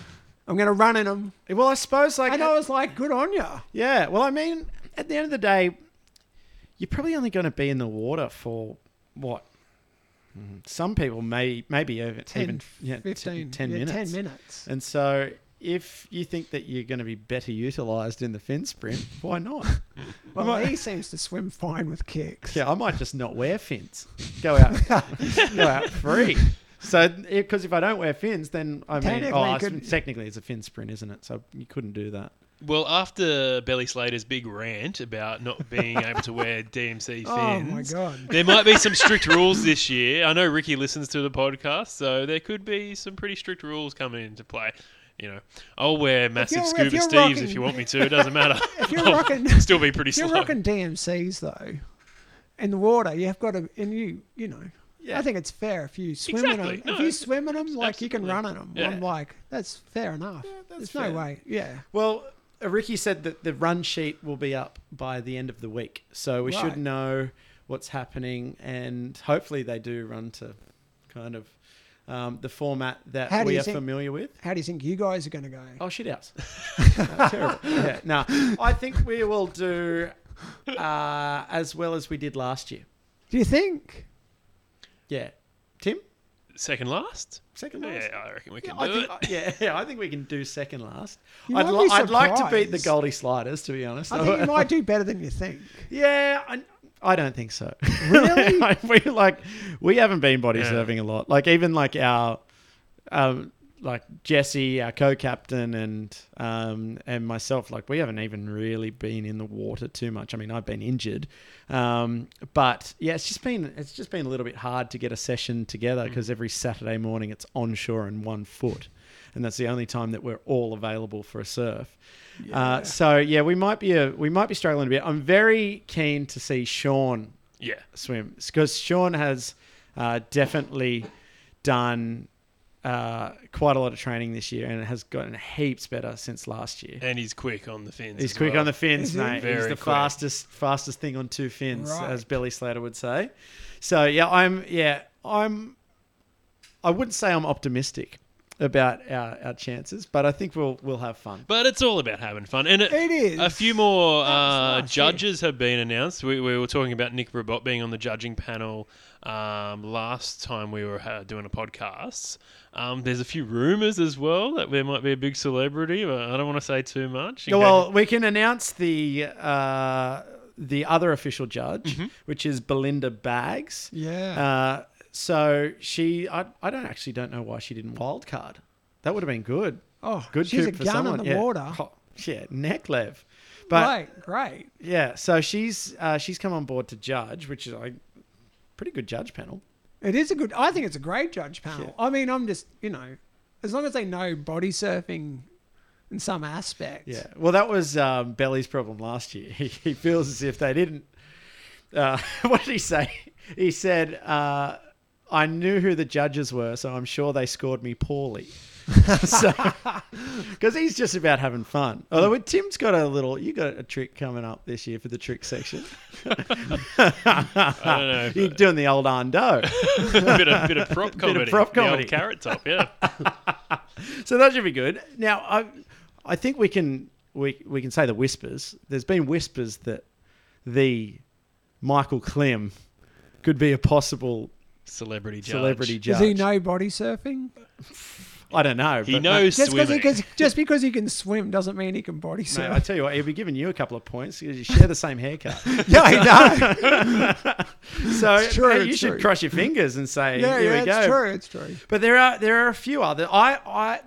[SPEAKER 3] I'm going to run in them."
[SPEAKER 2] Well, I suppose like
[SPEAKER 3] And I was like, "Good on you."
[SPEAKER 2] yeah. Well, I mean, at the end of the day, you're probably only going to be in the water for what? Mm, Some people may maybe over
[SPEAKER 3] 10,
[SPEAKER 2] even yeah, t-
[SPEAKER 3] 15,
[SPEAKER 2] ten
[SPEAKER 3] yeah,
[SPEAKER 2] minutes.
[SPEAKER 3] 10 minutes.
[SPEAKER 2] And so, if you think that you're going to be better utilized in the fin sprint, why not?
[SPEAKER 3] Well, he seems to swim fine with kicks.
[SPEAKER 2] yeah, I might just not wear fins. Go out, go out free. So, because if I don't wear fins, then I mean,
[SPEAKER 3] Technically,
[SPEAKER 2] oh,
[SPEAKER 3] you
[SPEAKER 2] I s-
[SPEAKER 3] could-
[SPEAKER 2] technically it's a fin sprint, isn't it? So you couldn't do that.
[SPEAKER 1] Well, after Belly Slater's big rant about not being able to wear DMC fins,
[SPEAKER 3] Oh, my God.
[SPEAKER 1] there might be some strict rules this year. I know Ricky listens to the podcast, so there could be some pretty strict rules coming into play. You know, I'll wear massive
[SPEAKER 3] you're- if
[SPEAKER 1] scuba
[SPEAKER 3] you're
[SPEAKER 1] Steves
[SPEAKER 3] rocking-
[SPEAKER 1] if you want me to. It doesn't matter.
[SPEAKER 3] If you're
[SPEAKER 1] I'll
[SPEAKER 2] Oh,
[SPEAKER 3] rocking-
[SPEAKER 1] still be pretty
[SPEAKER 3] If You're
[SPEAKER 1] slow.
[SPEAKER 3] rocking DMCs though, in the water. You have got to, and you, you know.
[SPEAKER 2] Yeah.
[SPEAKER 3] I think it's fair if you swim
[SPEAKER 1] Exactly.
[SPEAKER 3] in them.
[SPEAKER 1] No,
[SPEAKER 3] if you
[SPEAKER 1] it's-
[SPEAKER 3] swim in them, like you can run
[SPEAKER 1] absolutely-
[SPEAKER 3] in them.
[SPEAKER 1] Yeah.
[SPEAKER 3] I'm like, that's fair enough.
[SPEAKER 2] that's
[SPEAKER 3] There's no
[SPEAKER 2] fair.
[SPEAKER 3] way. Yeah.
[SPEAKER 2] Well, uh, Ricky said that the run sheet will be up by the end of the week, so we
[SPEAKER 3] Right.
[SPEAKER 2] should know what's happening, and hopefully they do run to kind of um, the format that
[SPEAKER 3] How do
[SPEAKER 2] we
[SPEAKER 3] you
[SPEAKER 2] are
[SPEAKER 3] think-
[SPEAKER 2] familiar with.
[SPEAKER 3] How do you think you guys are going to go?
[SPEAKER 2] Oh, shit house. No, terrible. Yeah, no, I think we will do uh, as well as we did last year.
[SPEAKER 3] Do you think?
[SPEAKER 2] Yeah. Tim,
[SPEAKER 1] Second last?
[SPEAKER 2] second last?
[SPEAKER 1] Yeah, I reckon we can
[SPEAKER 2] I
[SPEAKER 1] do
[SPEAKER 2] think,
[SPEAKER 1] it.
[SPEAKER 2] I- yeah, yeah, I think we can do second last.
[SPEAKER 3] You
[SPEAKER 2] I'd,
[SPEAKER 3] might
[SPEAKER 2] li-
[SPEAKER 3] be
[SPEAKER 2] I'd like to beat the
[SPEAKER 3] surprised.
[SPEAKER 2] Goldie Sliders, to be honest.
[SPEAKER 3] I think you might do better than you think.
[SPEAKER 2] yeah, I, I don't think so.
[SPEAKER 3] Really?
[SPEAKER 2] we like we haven't been body
[SPEAKER 1] Yeah.
[SPEAKER 2] serving a lot. Like even like our um like Jesse, our co-captain, and um, and myself, like we haven't even really been in the water too much. I mean, I've been injured, um, but yeah, it's just been it's just been a little bit hard to get a session together because every Saturday morning it's onshore and one foot, and that's the only time that we're all available for a surf. Uh, so yeah, we might be a, we might be struggling a bit. I'm very keen to see Sean
[SPEAKER 1] Yeah.
[SPEAKER 2] swim because Sean has uh, definitely done uh, quite a lot of training this year and has gotten heaps better since last year.
[SPEAKER 1] And he's quick on the fins.
[SPEAKER 2] He's
[SPEAKER 1] as
[SPEAKER 2] quick
[SPEAKER 1] well.
[SPEAKER 2] on the fins,
[SPEAKER 3] Is he?
[SPEAKER 2] mate.
[SPEAKER 1] Very
[SPEAKER 2] He's the
[SPEAKER 1] quick.
[SPEAKER 2] fastest, fastest thing on two fins,
[SPEAKER 3] Right.
[SPEAKER 2] as Billy Slater would say. So yeah, I'm yeah I'm I wouldn't say I'm optimistic about our, our chances, but I think we'll we'll have fun.
[SPEAKER 1] But it's all about having fun. And it,
[SPEAKER 3] It is.
[SPEAKER 1] A few more uh,
[SPEAKER 3] That was nice, yeah.
[SPEAKER 1] judges have been announced. We, we were talking about Nick Brabot being on the judging panel um, last time we were uh, doing a podcast. Um, there's a few rumours as well that there might be a big celebrity, but I don't want to say too much. in
[SPEAKER 2] Well, we can announce the uh, the other official judge, which is Belinda Baggs.
[SPEAKER 3] Mm-hmm. Yeah.
[SPEAKER 2] Uh, so she, I, I don't actually don't know why she didn't wild card. That would have been good.
[SPEAKER 3] oh,
[SPEAKER 2] Good
[SPEAKER 3] She's a
[SPEAKER 2] coup for
[SPEAKER 3] gun
[SPEAKER 2] someone.
[SPEAKER 3] in the
[SPEAKER 2] yeah.
[SPEAKER 3] water.
[SPEAKER 2] Oh, yeah, neck lev. But
[SPEAKER 3] right. Great.
[SPEAKER 2] yeah, so she's uh, she's come on board to judge, which is a pretty good judge panel.
[SPEAKER 3] It is a good. I think it's a great judge panel. I mean, I'm just you know, as long as they know body surfing in some aspect.
[SPEAKER 2] Yeah. Well, that was um, Belly's problem last year. He, he feels as if they didn't. Uh, what did he say? He said, uh, "I knew who the judges were, so I'm sure they scored me poorly." so, because he's just about having fun. Although with Tim's got a little, you got a trick coming up this year for the trick section.
[SPEAKER 1] I don't know.
[SPEAKER 2] You're doing the old Ando,
[SPEAKER 1] a bit of, bit of prop comedy.
[SPEAKER 2] prop
[SPEAKER 1] the old
[SPEAKER 2] comedy.
[SPEAKER 1] carrot top, yeah.
[SPEAKER 2] so that should be good. Now, I, I think we can we we can say the whispers. There's been whispers that the Michael Clem could be a possible
[SPEAKER 1] Celebrity judge.
[SPEAKER 2] celebrity judge.
[SPEAKER 3] Does he know body surfing?
[SPEAKER 2] I don't know.
[SPEAKER 1] He
[SPEAKER 2] but-
[SPEAKER 1] knows
[SPEAKER 3] Just because he
[SPEAKER 1] swimming.
[SPEAKER 3] can, just because he can swim doesn't mean he can body
[SPEAKER 2] Mate,
[SPEAKER 3] surf.
[SPEAKER 2] I tell you what, he'll be giving you a couple of points because you share the same haircut.
[SPEAKER 3] yeah, I know.
[SPEAKER 2] So
[SPEAKER 3] It's true,
[SPEAKER 2] hey, you
[SPEAKER 3] it's
[SPEAKER 2] should
[SPEAKER 3] true.
[SPEAKER 2] cross your fingers and say,
[SPEAKER 3] yeah,
[SPEAKER 2] "Here
[SPEAKER 3] yeah,
[SPEAKER 2] we
[SPEAKER 3] it's
[SPEAKER 2] go."
[SPEAKER 3] true. It's true.
[SPEAKER 2] But there are there are a few other. I I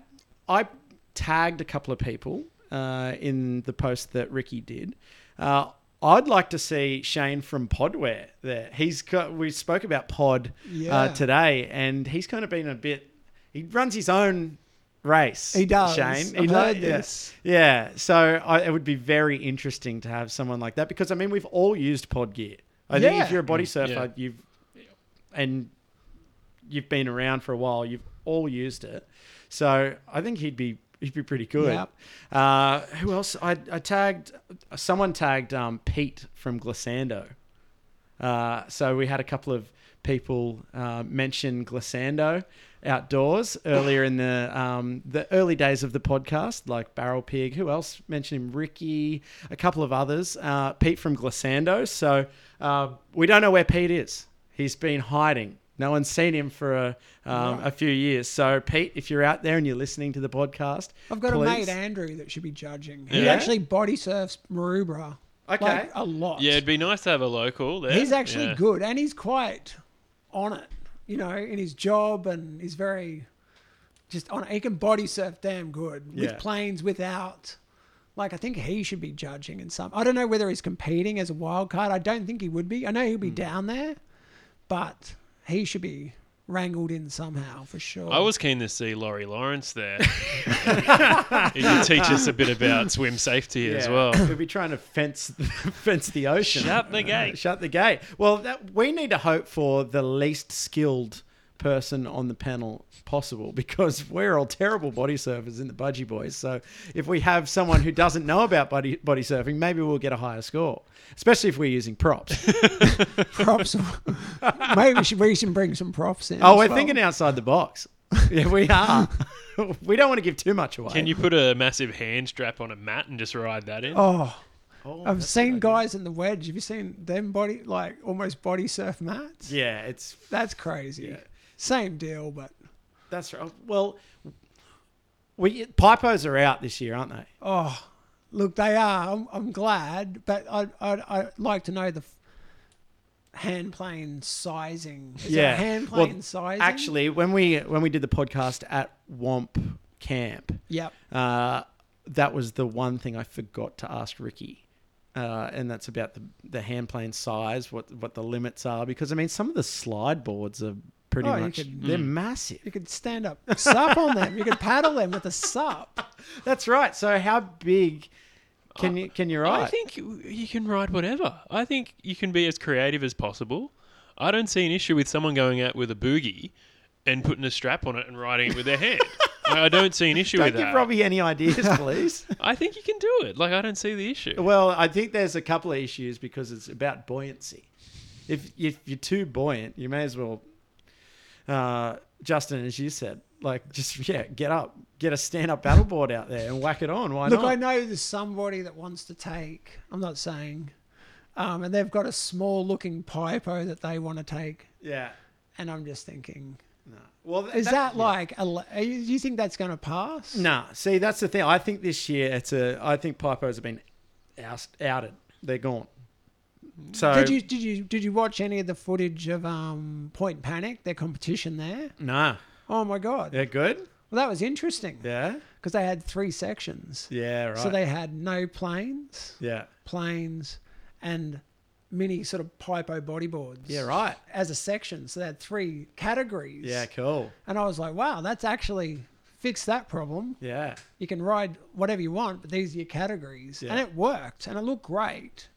[SPEAKER 2] I tagged a couple of people uh, in the post that Ricky did. Uh, I'd like to see Shane from Podware there. He's got, we spoke about Pod uh,
[SPEAKER 3] Yeah.
[SPEAKER 2] today, and he's kind of been a bit. He runs his own race.
[SPEAKER 3] He does.
[SPEAKER 2] Shane.
[SPEAKER 3] I've
[SPEAKER 2] do-
[SPEAKER 3] heard
[SPEAKER 2] yeah.
[SPEAKER 3] this.
[SPEAKER 2] Yeah. So I, it would be very interesting to have someone like that because I mean we've all used Pod gear. I think if
[SPEAKER 3] Yeah.
[SPEAKER 2] you're a body
[SPEAKER 1] Mm,
[SPEAKER 2] surfer,
[SPEAKER 1] yeah.
[SPEAKER 2] you've and you've been around for a while. You've all used it, so I think he'd be he'd be pretty good.
[SPEAKER 3] Yep.
[SPEAKER 2] Uh, who else? I, I tagged someone tagged um, Pete from Glissando. Uh, so we had a couple of people uh, mention Glissando outdoors earlier in the um, the early days of the podcast, like Barrel Pig. Who else mentioned him? Ricky, a couple of others. Uh, Pete from Glissando. So uh, we don't know where Pete is. He's been hiding. No one's seen him for a, um, a few years. So Pete, if you're out there and you're listening to the podcast,
[SPEAKER 3] I've got a
[SPEAKER 2] please-
[SPEAKER 3] mate Andrew that should be judging. He
[SPEAKER 1] Yeah?
[SPEAKER 3] actually body surfs Maroubra.
[SPEAKER 2] Okay.
[SPEAKER 3] like, a lot.
[SPEAKER 1] Yeah, it'd be nice to have a local there.
[SPEAKER 3] he's actually
[SPEAKER 1] Yeah.
[SPEAKER 3] good and he's quite on it you know in his job and he's very just on it he can body surf damn good
[SPEAKER 2] Yeah.
[SPEAKER 3] with planes without like i think he should be judging in some i don't know whether he's competing as a wild card i don't think he would be i know
[SPEAKER 2] Hmm.
[SPEAKER 3] he'll be down there but he should be wrangled in somehow for sure
[SPEAKER 1] I was keen to see Laurie Lawrence there. he could teach us a bit about swim safety as
[SPEAKER 2] Yeah.
[SPEAKER 1] well.
[SPEAKER 2] We'll be trying to fence fence the ocean.
[SPEAKER 1] Shut the gate.
[SPEAKER 2] Shut the gate. Well, that, we need to hope for the least skilled person on the panel possible because we're all terrible body surfers in the Budgie Boys. So if we have someone who doesn't know about body body surfing, maybe we'll get a higher score, especially if we're using props.
[SPEAKER 3] props maybe we should, we should bring some props in
[SPEAKER 2] oh,
[SPEAKER 3] as
[SPEAKER 2] we're
[SPEAKER 3] well.
[SPEAKER 2] thinking outside the box. Yeah, we are. we don't want to give too much away.
[SPEAKER 1] Can you put a massive hand strap on a mat and just ride that in?
[SPEAKER 3] oh
[SPEAKER 2] Oh,
[SPEAKER 3] I've
[SPEAKER 2] that's-
[SPEAKER 3] seen guys in the wedge. Have you seen them body like almost body surf mats?
[SPEAKER 2] Yeah, it's
[SPEAKER 3] That's crazy.
[SPEAKER 2] Yeah.
[SPEAKER 3] Same deal, but
[SPEAKER 2] that's right. Well, we Pipos are out this year, aren't they?
[SPEAKER 3] oh, look, they are. I'm, I'm glad, but I I I like to know the f- hand plane sizing. Is there
[SPEAKER 2] yeah,
[SPEAKER 3] hand
[SPEAKER 2] Well,
[SPEAKER 3] plane sizing.
[SPEAKER 2] Actually, when we when we did the podcast at Womp Camp,
[SPEAKER 3] Yep.
[SPEAKER 2] uh, that was the one thing I forgot to ask Ricky. Uh, and that's about the, the hand plane size, what what the limits are, because I mean some of the slide boards are pretty
[SPEAKER 3] Oh, you
[SPEAKER 2] much
[SPEAKER 3] could-
[SPEAKER 2] they're massive.
[SPEAKER 3] You could stand up, sup on them. You could paddle them with a sup.
[SPEAKER 2] That's right. So how big
[SPEAKER 3] Oh,
[SPEAKER 2] can you can you ride?
[SPEAKER 1] I think you you can ride whatever. I think you can be as creative as possible. I don't see an issue with someone going out with a boogie and putting a strap on it and riding it with their hand. I I don't see an issue
[SPEAKER 2] Don't
[SPEAKER 1] with
[SPEAKER 2] give
[SPEAKER 1] that.
[SPEAKER 2] Robbie any ideas, please.
[SPEAKER 1] I think you can do it. Like I don't see the issue.
[SPEAKER 2] well, I think there's a couple of issues because it's about buoyancy. If if you're too buoyant, you may as well, uh, Justin, as you said, like just yeah, get up, get a stand up paddleboard out there and whack it on. Why
[SPEAKER 3] Look,
[SPEAKER 2] not?
[SPEAKER 3] I know there's somebody that wants to take. I'm not saying, um, and they've got a small looking pipo that they want to take,
[SPEAKER 2] Yeah.
[SPEAKER 3] and I'm just thinking,
[SPEAKER 2] No. Well, th-
[SPEAKER 3] is that
[SPEAKER 2] yeah.
[SPEAKER 3] like? a le- Do you think that's going to pass?
[SPEAKER 2] Nah, see, that's the thing. I think this year it's a. I think Pipos have been oust, outed. They're gone. So
[SPEAKER 3] Did you did you did you watch any of the footage of um, Point Panic, their competition there?
[SPEAKER 2] Nah,
[SPEAKER 3] Oh my god,
[SPEAKER 2] they're good.
[SPEAKER 3] well that was interesting
[SPEAKER 2] Yeah.
[SPEAKER 3] because they had three sections.
[SPEAKER 2] Yeah. Right.
[SPEAKER 3] So they had no planes,
[SPEAKER 2] Yeah.
[SPEAKER 3] planes, and mini sort of pipo bodyboards.
[SPEAKER 2] Yeah. Right.
[SPEAKER 3] As a section, so they had three categories.
[SPEAKER 2] Yeah. Cool.
[SPEAKER 3] And I was like, wow, that's actually fixed that problem.
[SPEAKER 2] Yeah.
[SPEAKER 3] You can ride whatever you want, but these are your categories.
[SPEAKER 2] Yeah.
[SPEAKER 3] And it worked and it looked great.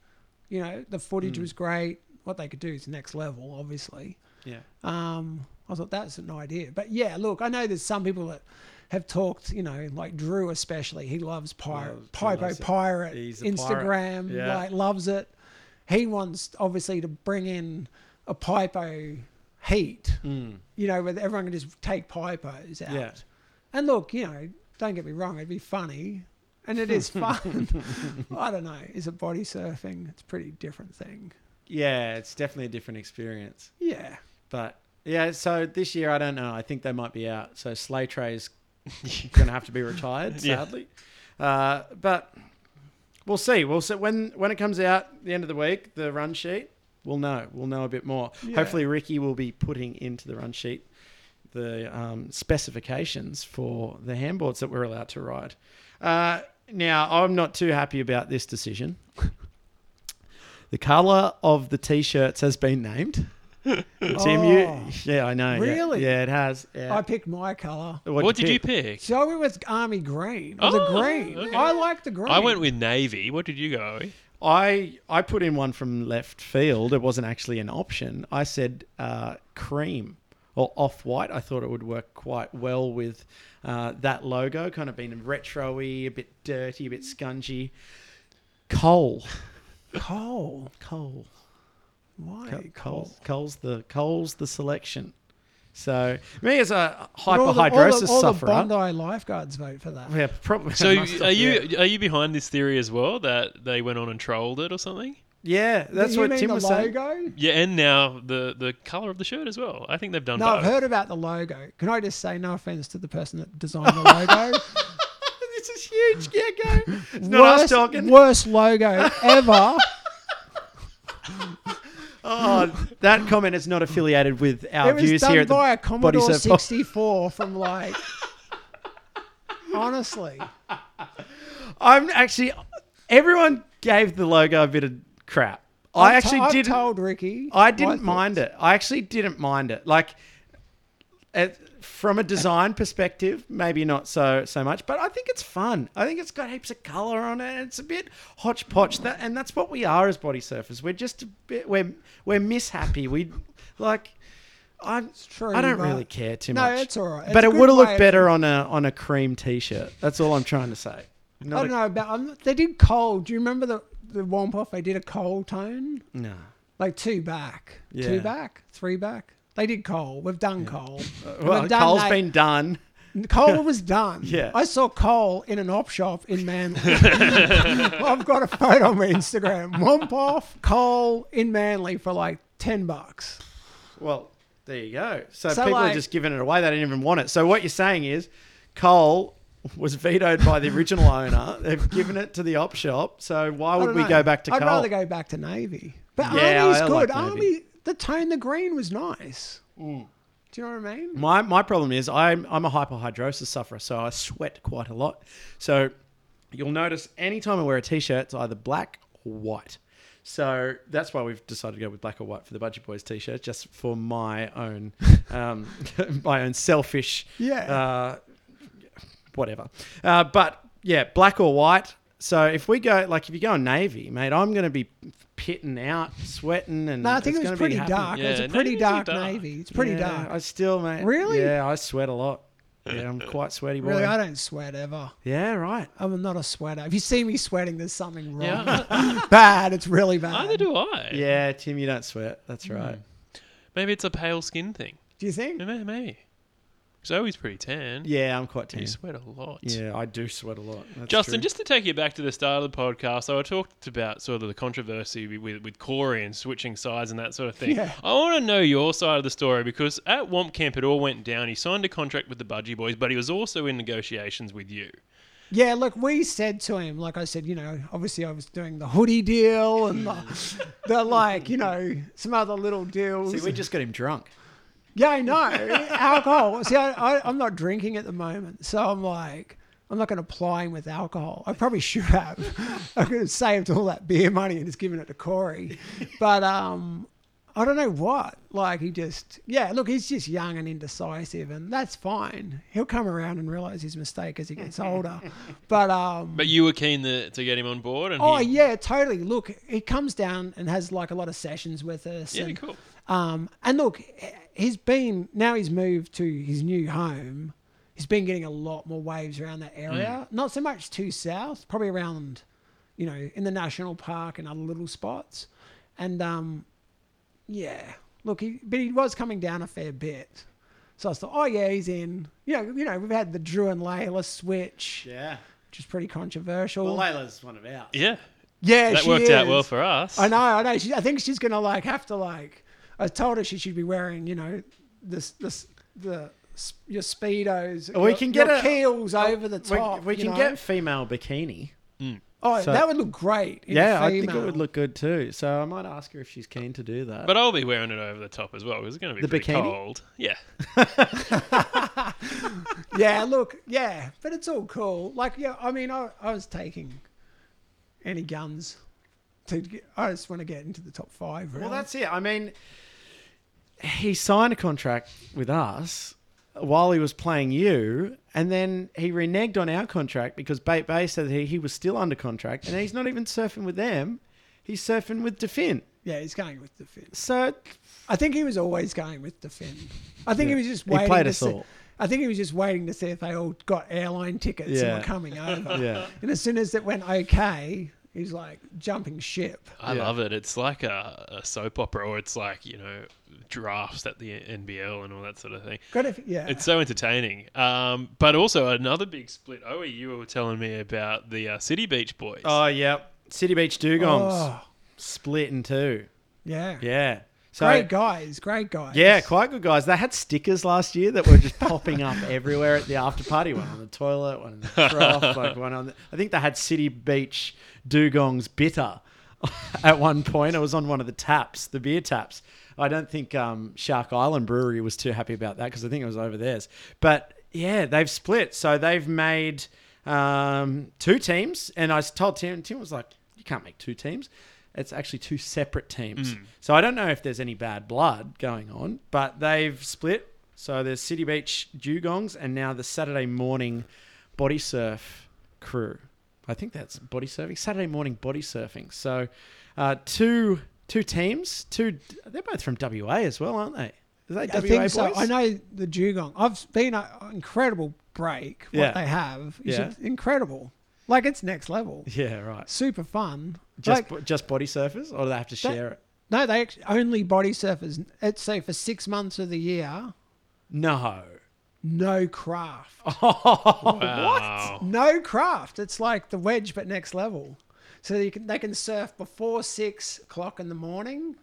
[SPEAKER 3] You know, the footage
[SPEAKER 2] Mm.
[SPEAKER 3] was great. What they could do is next level, obviously.
[SPEAKER 2] Yeah.
[SPEAKER 3] Um, I thought that's an idea. But yeah, look, I know there's some people that have talked, you know, like Drew especially. He loves pirate,
[SPEAKER 2] Loves-
[SPEAKER 3] Pipo
[SPEAKER 2] loves it.
[SPEAKER 3] Pirate,
[SPEAKER 2] He's a
[SPEAKER 3] Instagram,
[SPEAKER 2] pirate. Yeah.
[SPEAKER 3] like loves it. He wants obviously to bring in a Pipo heat, you know, where everyone can just take Pipos out.
[SPEAKER 2] Mm. Yeah.
[SPEAKER 3] And look, you know, don't get me wrong, it'd be funny. And it is fun. I don't know. Is it body surfing? It's a pretty different thing.
[SPEAKER 2] Yeah. It's definitely a different experience.
[SPEAKER 3] Yeah.
[SPEAKER 2] But yeah. So this year, I don't know. I think they might be out. So Sleigh Tray's going to have to be retired,
[SPEAKER 1] Yeah.
[SPEAKER 2] sadly. Uh, but we'll see. We'll see when when it comes out the end of the week. The run sheet. We'll know. We'll know a bit more.
[SPEAKER 3] Yeah.
[SPEAKER 2] Hopefully, Ricky will be putting into the run sheet the um, specifications for the handboards that we're allowed to ride. Uh, now, I'm not too happy about this decision. the color of the t-shirts has been named. Tim,
[SPEAKER 3] Oh.
[SPEAKER 2] you, yeah, I know. yeah.
[SPEAKER 3] Really?
[SPEAKER 2] Yeah, it has. Yeah.
[SPEAKER 3] I picked my colour.
[SPEAKER 2] What'd
[SPEAKER 1] what did you pick?
[SPEAKER 3] So I went with army green. Or the
[SPEAKER 1] Oh,
[SPEAKER 3] green.
[SPEAKER 1] okay.
[SPEAKER 3] I like the green.
[SPEAKER 1] I went with navy. What did you go? Owie?
[SPEAKER 2] I I put in one from left field. It wasn't actually an option. I said uh, cream or off white. I thought it would work quite well with uh, that logo, kind of being retro-y, a bit dirty, a bit scungy. Coal,
[SPEAKER 3] coal.
[SPEAKER 2] coal,
[SPEAKER 3] Why
[SPEAKER 2] Co-
[SPEAKER 3] coal?
[SPEAKER 2] coal's, coal's the coal's the selection. So me as a
[SPEAKER 3] But all the- all the-
[SPEAKER 2] hyperhidrosis
[SPEAKER 3] all the
[SPEAKER 2] sufferer,
[SPEAKER 3] Bondi lifeguards vote for that.
[SPEAKER 2] yeah, probably.
[SPEAKER 1] So
[SPEAKER 2] must have-
[SPEAKER 1] are
[SPEAKER 2] yeah.
[SPEAKER 1] you are you behind this theory as well that they went on and trolled it or something?
[SPEAKER 2] Yeah, that's
[SPEAKER 3] you
[SPEAKER 2] what
[SPEAKER 3] mean
[SPEAKER 2] Tim
[SPEAKER 3] the
[SPEAKER 2] was saying.
[SPEAKER 3] logo?
[SPEAKER 1] Yeah, and now the the color of the shirt as well. I think they've done
[SPEAKER 3] No,
[SPEAKER 1] both.
[SPEAKER 3] I've heard about the logo. Can I just say, no offense to the person that designed the logo.
[SPEAKER 2] This is huge, Gecko. It's not us
[SPEAKER 3] Worst-
[SPEAKER 2] talking.
[SPEAKER 3] Worst logo ever.
[SPEAKER 2] Oh, that comment is not affiliated with our
[SPEAKER 3] it was
[SPEAKER 2] views
[SPEAKER 3] done
[SPEAKER 2] here at the
[SPEAKER 3] by a
[SPEAKER 2] Body
[SPEAKER 3] Commodore
[SPEAKER 2] Surf Pod-
[SPEAKER 3] 64 from like. honestly.
[SPEAKER 2] I'm actually, everyone gave the logo a bit of crap. I
[SPEAKER 3] I've to-
[SPEAKER 2] actually
[SPEAKER 3] I've
[SPEAKER 2] didn't.
[SPEAKER 3] told Ricky.
[SPEAKER 2] I
[SPEAKER 3] my
[SPEAKER 2] didn't
[SPEAKER 3] thoughts.
[SPEAKER 2] mind it. I actually didn't mind it. Like, it, from a design perspective, maybe not so so much, but I think it's fun. I think it's got heaps of color on it. It's a bit hodgepodge, that, and that's what we are as body surfers. We're just a bit. We're we're mishappy. We like. I
[SPEAKER 3] true,
[SPEAKER 2] I don't
[SPEAKER 3] but-
[SPEAKER 2] really care too
[SPEAKER 3] No,
[SPEAKER 2] much.
[SPEAKER 3] it's all right.
[SPEAKER 2] But
[SPEAKER 3] It's a
[SPEAKER 2] it
[SPEAKER 3] good
[SPEAKER 2] would have
[SPEAKER 3] way
[SPEAKER 2] looked
[SPEAKER 3] of-
[SPEAKER 2] better on a on a cream t-shirt. That's all I'm trying to say. Not
[SPEAKER 3] I don't
[SPEAKER 2] a-
[SPEAKER 3] know about. I'm, they did coal. Do you remember the the warm off? They did a coal tone,
[SPEAKER 2] No.
[SPEAKER 3] like two back,
[SPEAKER 2] Yeah.
[SPEAKER 3] two back, three back. They did coal. We've done coal. And
[SPEAKER 2] Uh, Well,
[SPEAKER 3] we've done
[SPEAKER 2] Cole's
[SPEAKER 3] that.
[SPEAKER 2] been done.
[SPEAKER 3] coal was done.
[SPEAKER 2] Yeah.
[SPEAKER 3] I saw coal in an op shop in Manly. I've got a photo on my Instagram. Womp off coal in Manly for like ten bucks.
[SPEAKER 2] Well, there you go. So,
[SPEAKER 3] So,
[SPEAKER 2] people are
[SPEAKER 3] like-
[SPEAKER 2] just giving it away. They didn't even want it. So what you're saying is, Cole was vetoed by the original owner. They've given it to the op shop. So why
[SPEAKER 3] I
[SPEAKER 2] would
[SPEAKER 3] don't
[SPEAKER 2] we
[SPEAKER 3] know.
[SPEAKER 2] go back to
[SPEAKER 3] I'd
[SPEAKER 2] Cole?
[SPEAKER 3] rather go back to Navy. But
[SPEAKER 2] Yeah,
[SPEAKER 3] Army's
[SPEAKER 2] I
[SPEAKER 3] good.
[SPEAKER 2] like Navy. Mm.
[SPEAKER 3] Army, the tone, the green was nice. Do you know what I mean?
[SPEAKER 2] My my problem is I'm I'm a hyperhidrosis sufferer, so I sweat quite a lot. So you'll notice anytime I wear a t-shirt, it's either black or white. So that's why we've decided to go with black or white for the Budgie Boys t-shirt, just for my own um, my own selfish
[SPEAKER 3] Yeah.
[SPEAKER 2] uh, whatever. Uh, but yeah, black or white. So if we go like if you go in navy, mate, I'm gonna be pitting out, sweating, and
[SPEAKER 3] No, I think
[SPEAKER 2] it's
[SPEAKER 3] it
[SPEAKER 2] gonna
[SPEAKER 3] was
[SPEAKER 2] be
[SPEAKER 3] pretty
[SPEAKER 2] happening.
[SPEAKER 3] dark. it was
[SPEAKER 1] Yeah,
[SPEAKER 3] a pretty
[SPEAKER 1] navies are
[SPEAKER 3] dark,
[SPEAKER 1] dark.
[SPEAKER 3] navy. It's pretty
[SPEAKER 2] Yeah,
[SPEAKER 3] dark.
[SPEAKER 2] I still, mate.
[SPEAKER 3] Really?
[SPEAKER 2] Yeah, I sweat a lot. Yeah, I'm quite sweaty boy.
[SPEAKER 3] Really, I don't sweat ever.
[SPEAKER 2] yeah, right.
[SPEAKER 3] I'm not a sweater. If you see me sweating, there's something wrong.
[SPEAKER 1] Yeah,
[SPEAKER 3] bad. It's really bad.
[SPEAKER 1] neither do I.
[SPEAKER 2] Yeah, Tim, you don't sweat. That's
[SPEAKER 3] Hmm.
[SPEAKER 2] right.
[SPEAKER 1] Maybe it's a pale skin thing.
[SPEAKER 3] Do you think?
[SPEAKER 1] Maybe. maybe. Zoe's pretty tan.
[SPEAKER 2] Yeah, I'm quite
[SPEAKER 1] You
[SPEAKER 2] tan.
[SPEAKER 1] sweat a lot.
[SPEAKER 2] Yeah, I do sweat a lot. That's
[SPEAKER 1] Justin,
[SPEAKER 2] true.
[SPEAKER 1] just to take you back to the start of the podcast, so I talked about sort of the controversy with, with Corey and switching sides and that sort of thing.
[SPEAKER 3] Yeah.
[SPEAKER 1] I want to know your side of the story because at Womp Camp it all went down. He signed a contract with the Budgie Boys, but he was also in negotiations with you.
[SPEAKER 3] Yeah, look, we said to him, like I said, you know, obviously I was doing the hoodie deal and the, the like, you know, some other little deals.
[SPEAKER 2] See, we just got him drunk.
[SPEAKER 3] yeah, I know. alcohol. See, I, I, I'm not drinking at the moment. So I'm like, I'm not going to ply him with alcohol. I probably should have. I could have saved all that beer money and just given it to Corey. But um, I don't know what. Like, he just, yeah, look, he's just young and indecisive, and that's fine. He'll come around and realize his mistake as he gets older. But um,
[SPEAKER 1] But you were keen to, to get him on board, and
[SPEAKER 3] Oh
[SPEAKER 1] he,
[SPEAKER 3] yeah, totally. Look, he comes down and has like a lot of sessions with us.
[SPEAKER 1] yeah,
[SPEAKER 3] and,
[SPEAKER 1] cool.
[SPEAKER 3] Um, and look, he's been now he's moved to his new home. He's been getting a lot more waves around that
[SPEAKER 1] Hmm.
[SPEAKER 3] area. Not so much too south, probably around, you know, in the national park and other little spots. And um, yeah, look, he, but he was coming down a fair bit. So I thought, oh yeah, he's in. You know, you know, we've had the Drew and Layla switch,
[SPEAKER 2] Yeah.
[SPEAKER 3] which is pretty controversial.
[SPEAKER 2] Well, Layla's one of ours.
[SPEAKER 1] Yeah,
[SPEAKER 3] yeah,
[SPEAKER 1] that
[SPEAKER 3] she
[SPEAKER 1] worked out well
[SPEAKER 3] is.
[SPEAKER 1] for us.
[SPEAKER 3] I know, I know. She, I think she's gonna like have to like. I told her she should be wearing, you know, this this the s- your speedos.
[SPEAKER 2] Or we
[SPEAKER 3] your-
[SPEAKER 2] can get
[SPEAKER 3] your
[SPEAKER 2] a- oh,
[SPEAKER 3] heels over the
[SPEAKER 2] We,
[SPEAKER 3] top.
[SPEAKER 2] we
[SPEAKER 3] you
[SPEAKER 2] can
[SPEAKER 3] know?
[SPEAKER 2] get female bikini.
[SPEAKER 3] Oh,
[SPEAKER 2] so-
[SPEAKER 3] that would look great. in
[SPEAKER 2] Yeah, I think it
[SPEAKER 3] female.
[SPEAKER 2] would look good too. So I might ask her if she's keen to do that.
[SPEAKER 1] But I'll be wearing it over the top as well because it's going to be
[SPEAKER 2] The
[SPEAKER 1] pretty
[SPEAKER 2] bikini?
[SPEAKER 1] cold. Yeah,
[SPEAKER 3] Yeah, look, yeah, but it's all cool. Like, yeah, I mean, I, I was taking any guns. To get, I just want to get into the top five. Really.
[SPEAKER 2] Well, that's it. I mean, he signed a contract with us while he was playing you, and then he reneged on our contract because Bait Bay said he, he was still under contract, and he's not even surfing with them. He's surfing with Defin.
[SPEAKER 3] yeah, he's going with the fin.
[SPEAKER 2] So,
[SPEAKER 3] I think he was always going with the Finn. I think
[SPEAKER 2] Yeah.
[SPEAKER 3] he was just
[SPEAKER 2] He
[SPEAKER 3] waiting.
[SPEAKER 2] played
[SPEAKER 3] to
[SPEAKER 2] us
[SPEAKER 3] see,
[SPEAKER 2] all.
[SPEAKER 3] I think he was just waiting to see if they all got airline tickets and
[SPEAKER 2] Yeah.
[SPEAKER 3] were coming over.
[SPEAKER 2] yeah.
[SPEAKER 3] And as soon as it went okay, he's like jumping ship.
[SPEAKER 1] I
[SPEAKER 2] Yeah.
[SPEAKER 1] love it. It's like a, a soap opera, or it's like you know drafts at the NBL and all that sort of thing.
[SPEAKER 3] Got it? Yeah.
[SPEAKER 1] It's so entertaining. Um, but also another big split. Oh, you were telling me about the uh, City Beach Boys.
[SPEAKER 2] Oh, yeah. City Beach Dugongs
[SPEAKER 3] Oh,
[SPEAKER 2] split in two.
[SPEAKER 3] yeah.
[SPEAKER 2] Yeah. So,
[SPEAKER 3] Great guys. Great guys.
[SPEAKER 2] Yeah, quite good guys. They had stickers last year that were just popping up everywhere at the after party. One on the toilet, one in the trough, like one on. The, I think they had City Beach Dugongs bitter at one point. It was on one of the taps, the beer taps. I don't think um, Shark Island Brewery was too happy about that because I think it was over theirs. But yeah, they've split, so they've made um, two teams. And I s- told Tim, Tim was like, "You can't make two teams." it's actually two separate teams. So I don't know if there's any bad blood going on, but they've split. So there's City Beach Dugongs and now the Saturday morning body surf crew. I think that's body surfing. Saturday morning body surfing. So uh, two two teams. Two. They're both from WA as well, aren't they? Is that
[SPEAKER 3] I
[SPEAKER 2] WA
[SPEAKER 3] think
[SPEAKER 2] boys?
[SPEAKER 3] so. I know the dugong. I've been an incredible break. What
[SPEAKER 2] Yeah.
[SPEAKER 3] they have is
[SPEAKER 2] Yeah.
[SPEAKER 3] just incredible. Like it's next level.
[SPEAKER 2] Yeah, right.
[SPEAKER 3] Super fun.
[SPEAKER 2] Just
[SPEAKER 3] Like-
[SPEAKER 2] bo- just body surfers, or do they have to share it?
[SPEAKER 3] No, they act- only body surfers. It's so for six months of the year,
[SPEAKER 2] No.
[SPEAKER 3] no craft,
[SPEAKER 1] wow.
[SPEAKER 3] no craft. It's like the wedge, but next level. So you can, they can surf before six o'clock in the morning,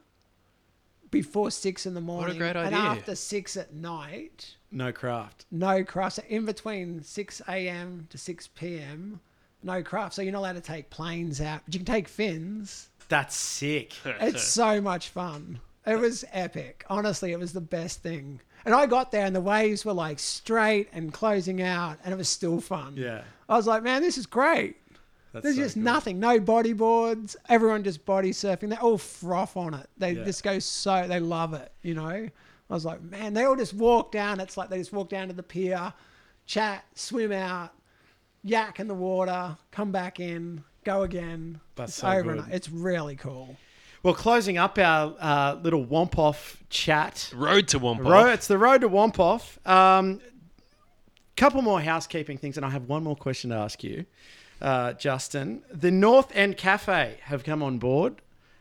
[SPEAKER 3] before six in the morning,
[SPEAKER 1] great
[SPEAKER 3] and
[SPEAKER 1] idea.
[SPEAKER 3] after six at night.
[SPEAKER 2] No craft.
[SPEAKER 3] No craft. So in between six a.m. to six p.m., no craft. So you're not allowed to take planes out, but you can take fins.
[SPEAKER 2] That's sick.
[SPEAKER 3] It's so much fun. It was epic. Honestly, it was the best thing. And I got there and the waves were like straight and closing out and it was still fun.
[SPEAKER 2] Yeah.
[SPEAKER 3] I was like, man, this is great.
[SPEAKER 2] That's
[SPEAKER 3] There's
[SPEAKER 2] so
[SPEAKER 3] just
[SPEAKER 2] cool.
[SPEAKER 3] nothing, no bodyboards. Everyone just body surfing. They all froth on it. They
[SPEAKER 2] Yeah.
[SPEAKER 3] just go so they love it. You know, I was like, man, they all just walk down. It's like they just walk down to the pier, chat, swim out, yak in the water, come back in, go again.
[SPEAKER 2] That's
[SPEAKER 3] it's
[SPEAKER 2] so
[SPEAKER 3] and-
[SPEAKER 2] good.
[SPEAKER 3] It's really cool.
[SPEAKER 2] Well, closing up our uh, little Womp Off chat.
[SPEAKER 1] Road to Wampa.
[SPEAKER 2] Road, it's the road to Womp Off. Um, couple more housekeeping things, and I have one more question to ask you, uh, Justin. The North End Cafe have come on board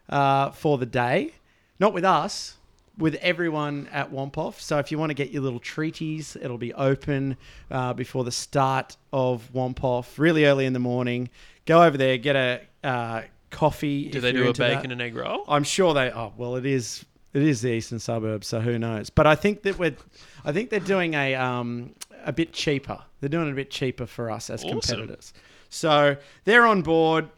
[SPEAKER 2] uh, for the day, not with us, with everyone at Womp Off. So if you want to get your little treaties, it'll be open uh, before the start of Womp Off, really early in the morning. Go over there, get a uh, coffee.
[SPEAKER 1] Do they do a bacon and egg roll?
[SPEAKER 2] I'm sure they. Oh well, it is. It is the eastern suburbs, so who knows? But I think that we're. I think they're doing a um a bit cheaper. They're doing it a bit cheaper for us as
[SPEAKER 1] Awesome.
[SPEAKER 2] competitors. So they're on board.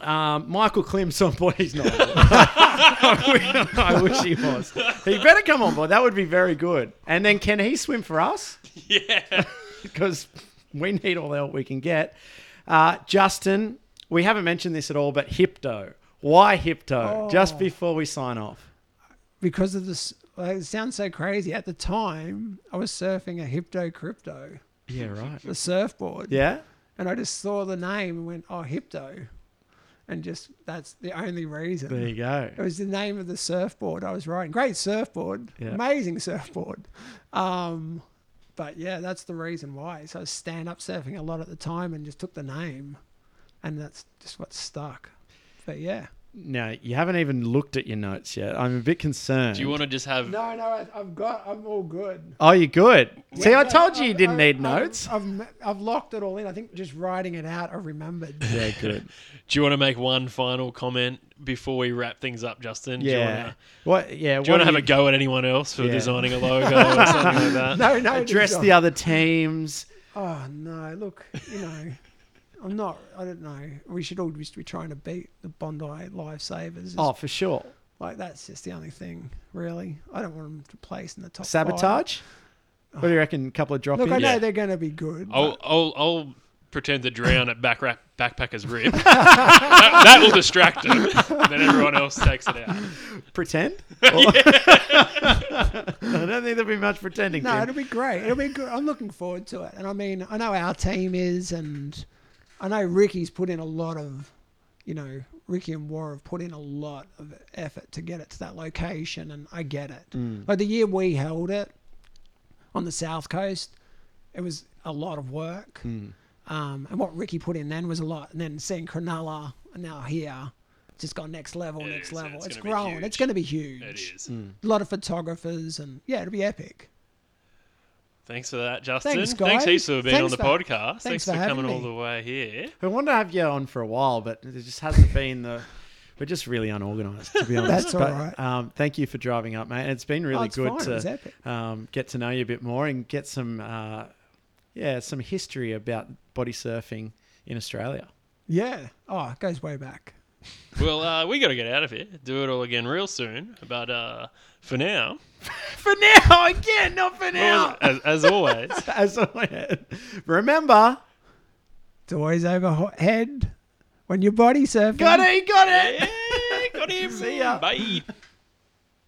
[SPEAKER 2] Um, Michael Klim's on board. He's not. on board. I wish he was. He better come on board. That would be very good. And then can he swim for us?
[SPEAKER 1] Yeah.
[SPEAKER 2] because we need all the help we can get. Uh, Justin, we haven't mentioned this at all, but Hypto. Why Hypto?
[SPEAKER 3] Oh.
[SPEAKER 2] Just before we sign off.
[SPEAKER 3] Because of this, like, it sounds so crazy. At the time, I was surfing a Hypto Crypto,
[SPEAKER 2] Yeah, right.
[SPEAKER 3] the surfboard.
[SPEAKER 2] Yeah?
[SPEAKER 3] And I just saw the name and went, oh, Hypto. And just, that's the only reason.
[SPEAKER 2] There you go.
[SPEAKER 3] It was the name of the surfboard I was riding. Great surfboard,
[SPEAKER 2] Yeah.
[SPEAKER 3] amazing surfboard. Um, but yeah, that's the reason why. So I was stand up surfing a lot at the time and just took the name, and that's just what stuck. But yeah,
[SPEAKER 2] Now, you haven't even looked at your notes yet. I'm a bit concerned.
[SPEAKER 1] Do you want to just have?
[SPEAKER 3] no, no, I, I've got, I'm all good.
[SPEAKER 2] Oh, you're good. See,
[SPEAKER 3] Yeah,
[SPEAKER 2] I
[SPEAKER 3] no,
[SPEAKER 2] told you you
[SPEAKER 3] I've-
[SPEAKER 2] didn't
[SPEAKER 3] I've-
[SPEAKER 2] need notes.
[SPEAKER 3] I've, I've, I've locked it all in. I think just writing it out, I remembered.
[SPEAKER 2] Yeah, good.
[SPEAKER 1] Do you want to make one final comment before we wrap things up, Justin? Do you
[SPEAKER 2] Yeah.
[SPEAKER 1] wanna-
[SPEAKER 2] What? Yeah.
[SPEAKER 1] Do you want to have a go at anyone else for
[SPEAKER 2] Yeah.
[SPEAKER 1] designing a logo or something like that?
[SPEAKER 3] No, no,
[SPEAKER 2] Address
[SPEAKER 3] John.
[SPEAKER 2] the other teams.
[SPEAKER 3] Oh no! Look, you know, I'm not. I don't know. We should all just be trying to beat the Bondi Lifesavers. It's
[SPEAKER 2] Oh, for sure.
[SPEAKER 3] Like that's just the only thing, really. I don't want them to place in the top. five.
[SPEAKER 2] Sabotage? What do you reckon? A couple of drop
[SPEAKER 3] Look, I
[SPEAKER 2] ins?
[SPEAKER 3] know
[SPEAKER 1] Yeah. Oh,
[SPEAKER 3] they're going to be good.
[SPEAKER 1] I'll,
[SPEAKER 3] but
[SPEAKER 1] I'll, I'll pretend to drown at backrack, Backpacker's Rib. that, that will distract them. then everyone else takes it out.
[SPEAKER 2] pretend? I don't think there'll be much pretending.
[SPEAKER 3] no,
[SPEAKER 2] Tim.
[SPEAKER 3] it'll be great. It'll be good. I'm looking forward to it. And I mean, I know our team is, and I know Ricky's put in a lot of, you know, Ricky and War have put in a lot of effort to get it to that location, and I get it. Like the year we held it on the south coast, it was a lot of work. Um, and what Ricky put in then was a lot. And then seeing Cronulla and now here, it's just gone next level,
[SPEAKER 1] Yeah,
[SPEAKER 3] next
[SPEAKER 1] it's-
[SPEAKER 3] level.
[SPEAKER 1] it's
[SPEAKER 3] It's,
[SPEAKER 1] gonna be
[SPEAKER 3] growing.
[SPEAKER 1] huge.
[SPEAKER 3] It's going to be huge.
[SPEAKER 1] It is.
[SPEAKER 3] A lot of photographers, and yeah, it'll be epic.
[SPEAKER 1] Thanks for that, Justin.
[SPEAKER 3] Thanks, guys.
[SPEAKER 1] Heaps, for being on the
[SPEAKER 3] Thanks for-
[SPEAKER 1] podcast. Thanks,
[SPEAKER 3] thanks
[SPEAKER 1] for,
[SPEAKER 3] for having
[SPEAKER 1] coming all
[SPEAKER 3] me.
[SPEAKER 1] the way here.
[SPEAKER 2] We wanted to have you on for a while, but it just hasn't been the. We're just really unorganised, to be honest.
[SPEAKER 3] That's all
[SPEAKER 2] but,
[SPEAKER 3] right. Oh,
[SPEAKER 2] Um, thank you for driving up, mate. And It's been really
[SPEAKER 3] it's
[SPEAKER 2] good
[SPEAKER 3] fine. It was
[SPEAKER 2] to
[SPEAKER 3] epic.
[SPEAKER 2] um, get to know you a bit more and get some, uh, yeah, some history about body surfing in Australia.
[SPEAKER 3] Yeah. Oh, it goes way back.
[SPEAKER 1] Well, uh, we got to get out of here. Do it all again real soon. But uh, for now,
[SPEAKER 2] For now, again, not for now.
[SPEAKER 1] as, as always,
[SPEAKER 2] As I- remember,
[SPEAKER 3] It's always overhead when your body surfing.
[SPEAKER 2] got it, got it.
[SPEAKER 1] yeah, got him.
[SPEAKER 2] See ya.
[SPEAKER 1] Bye.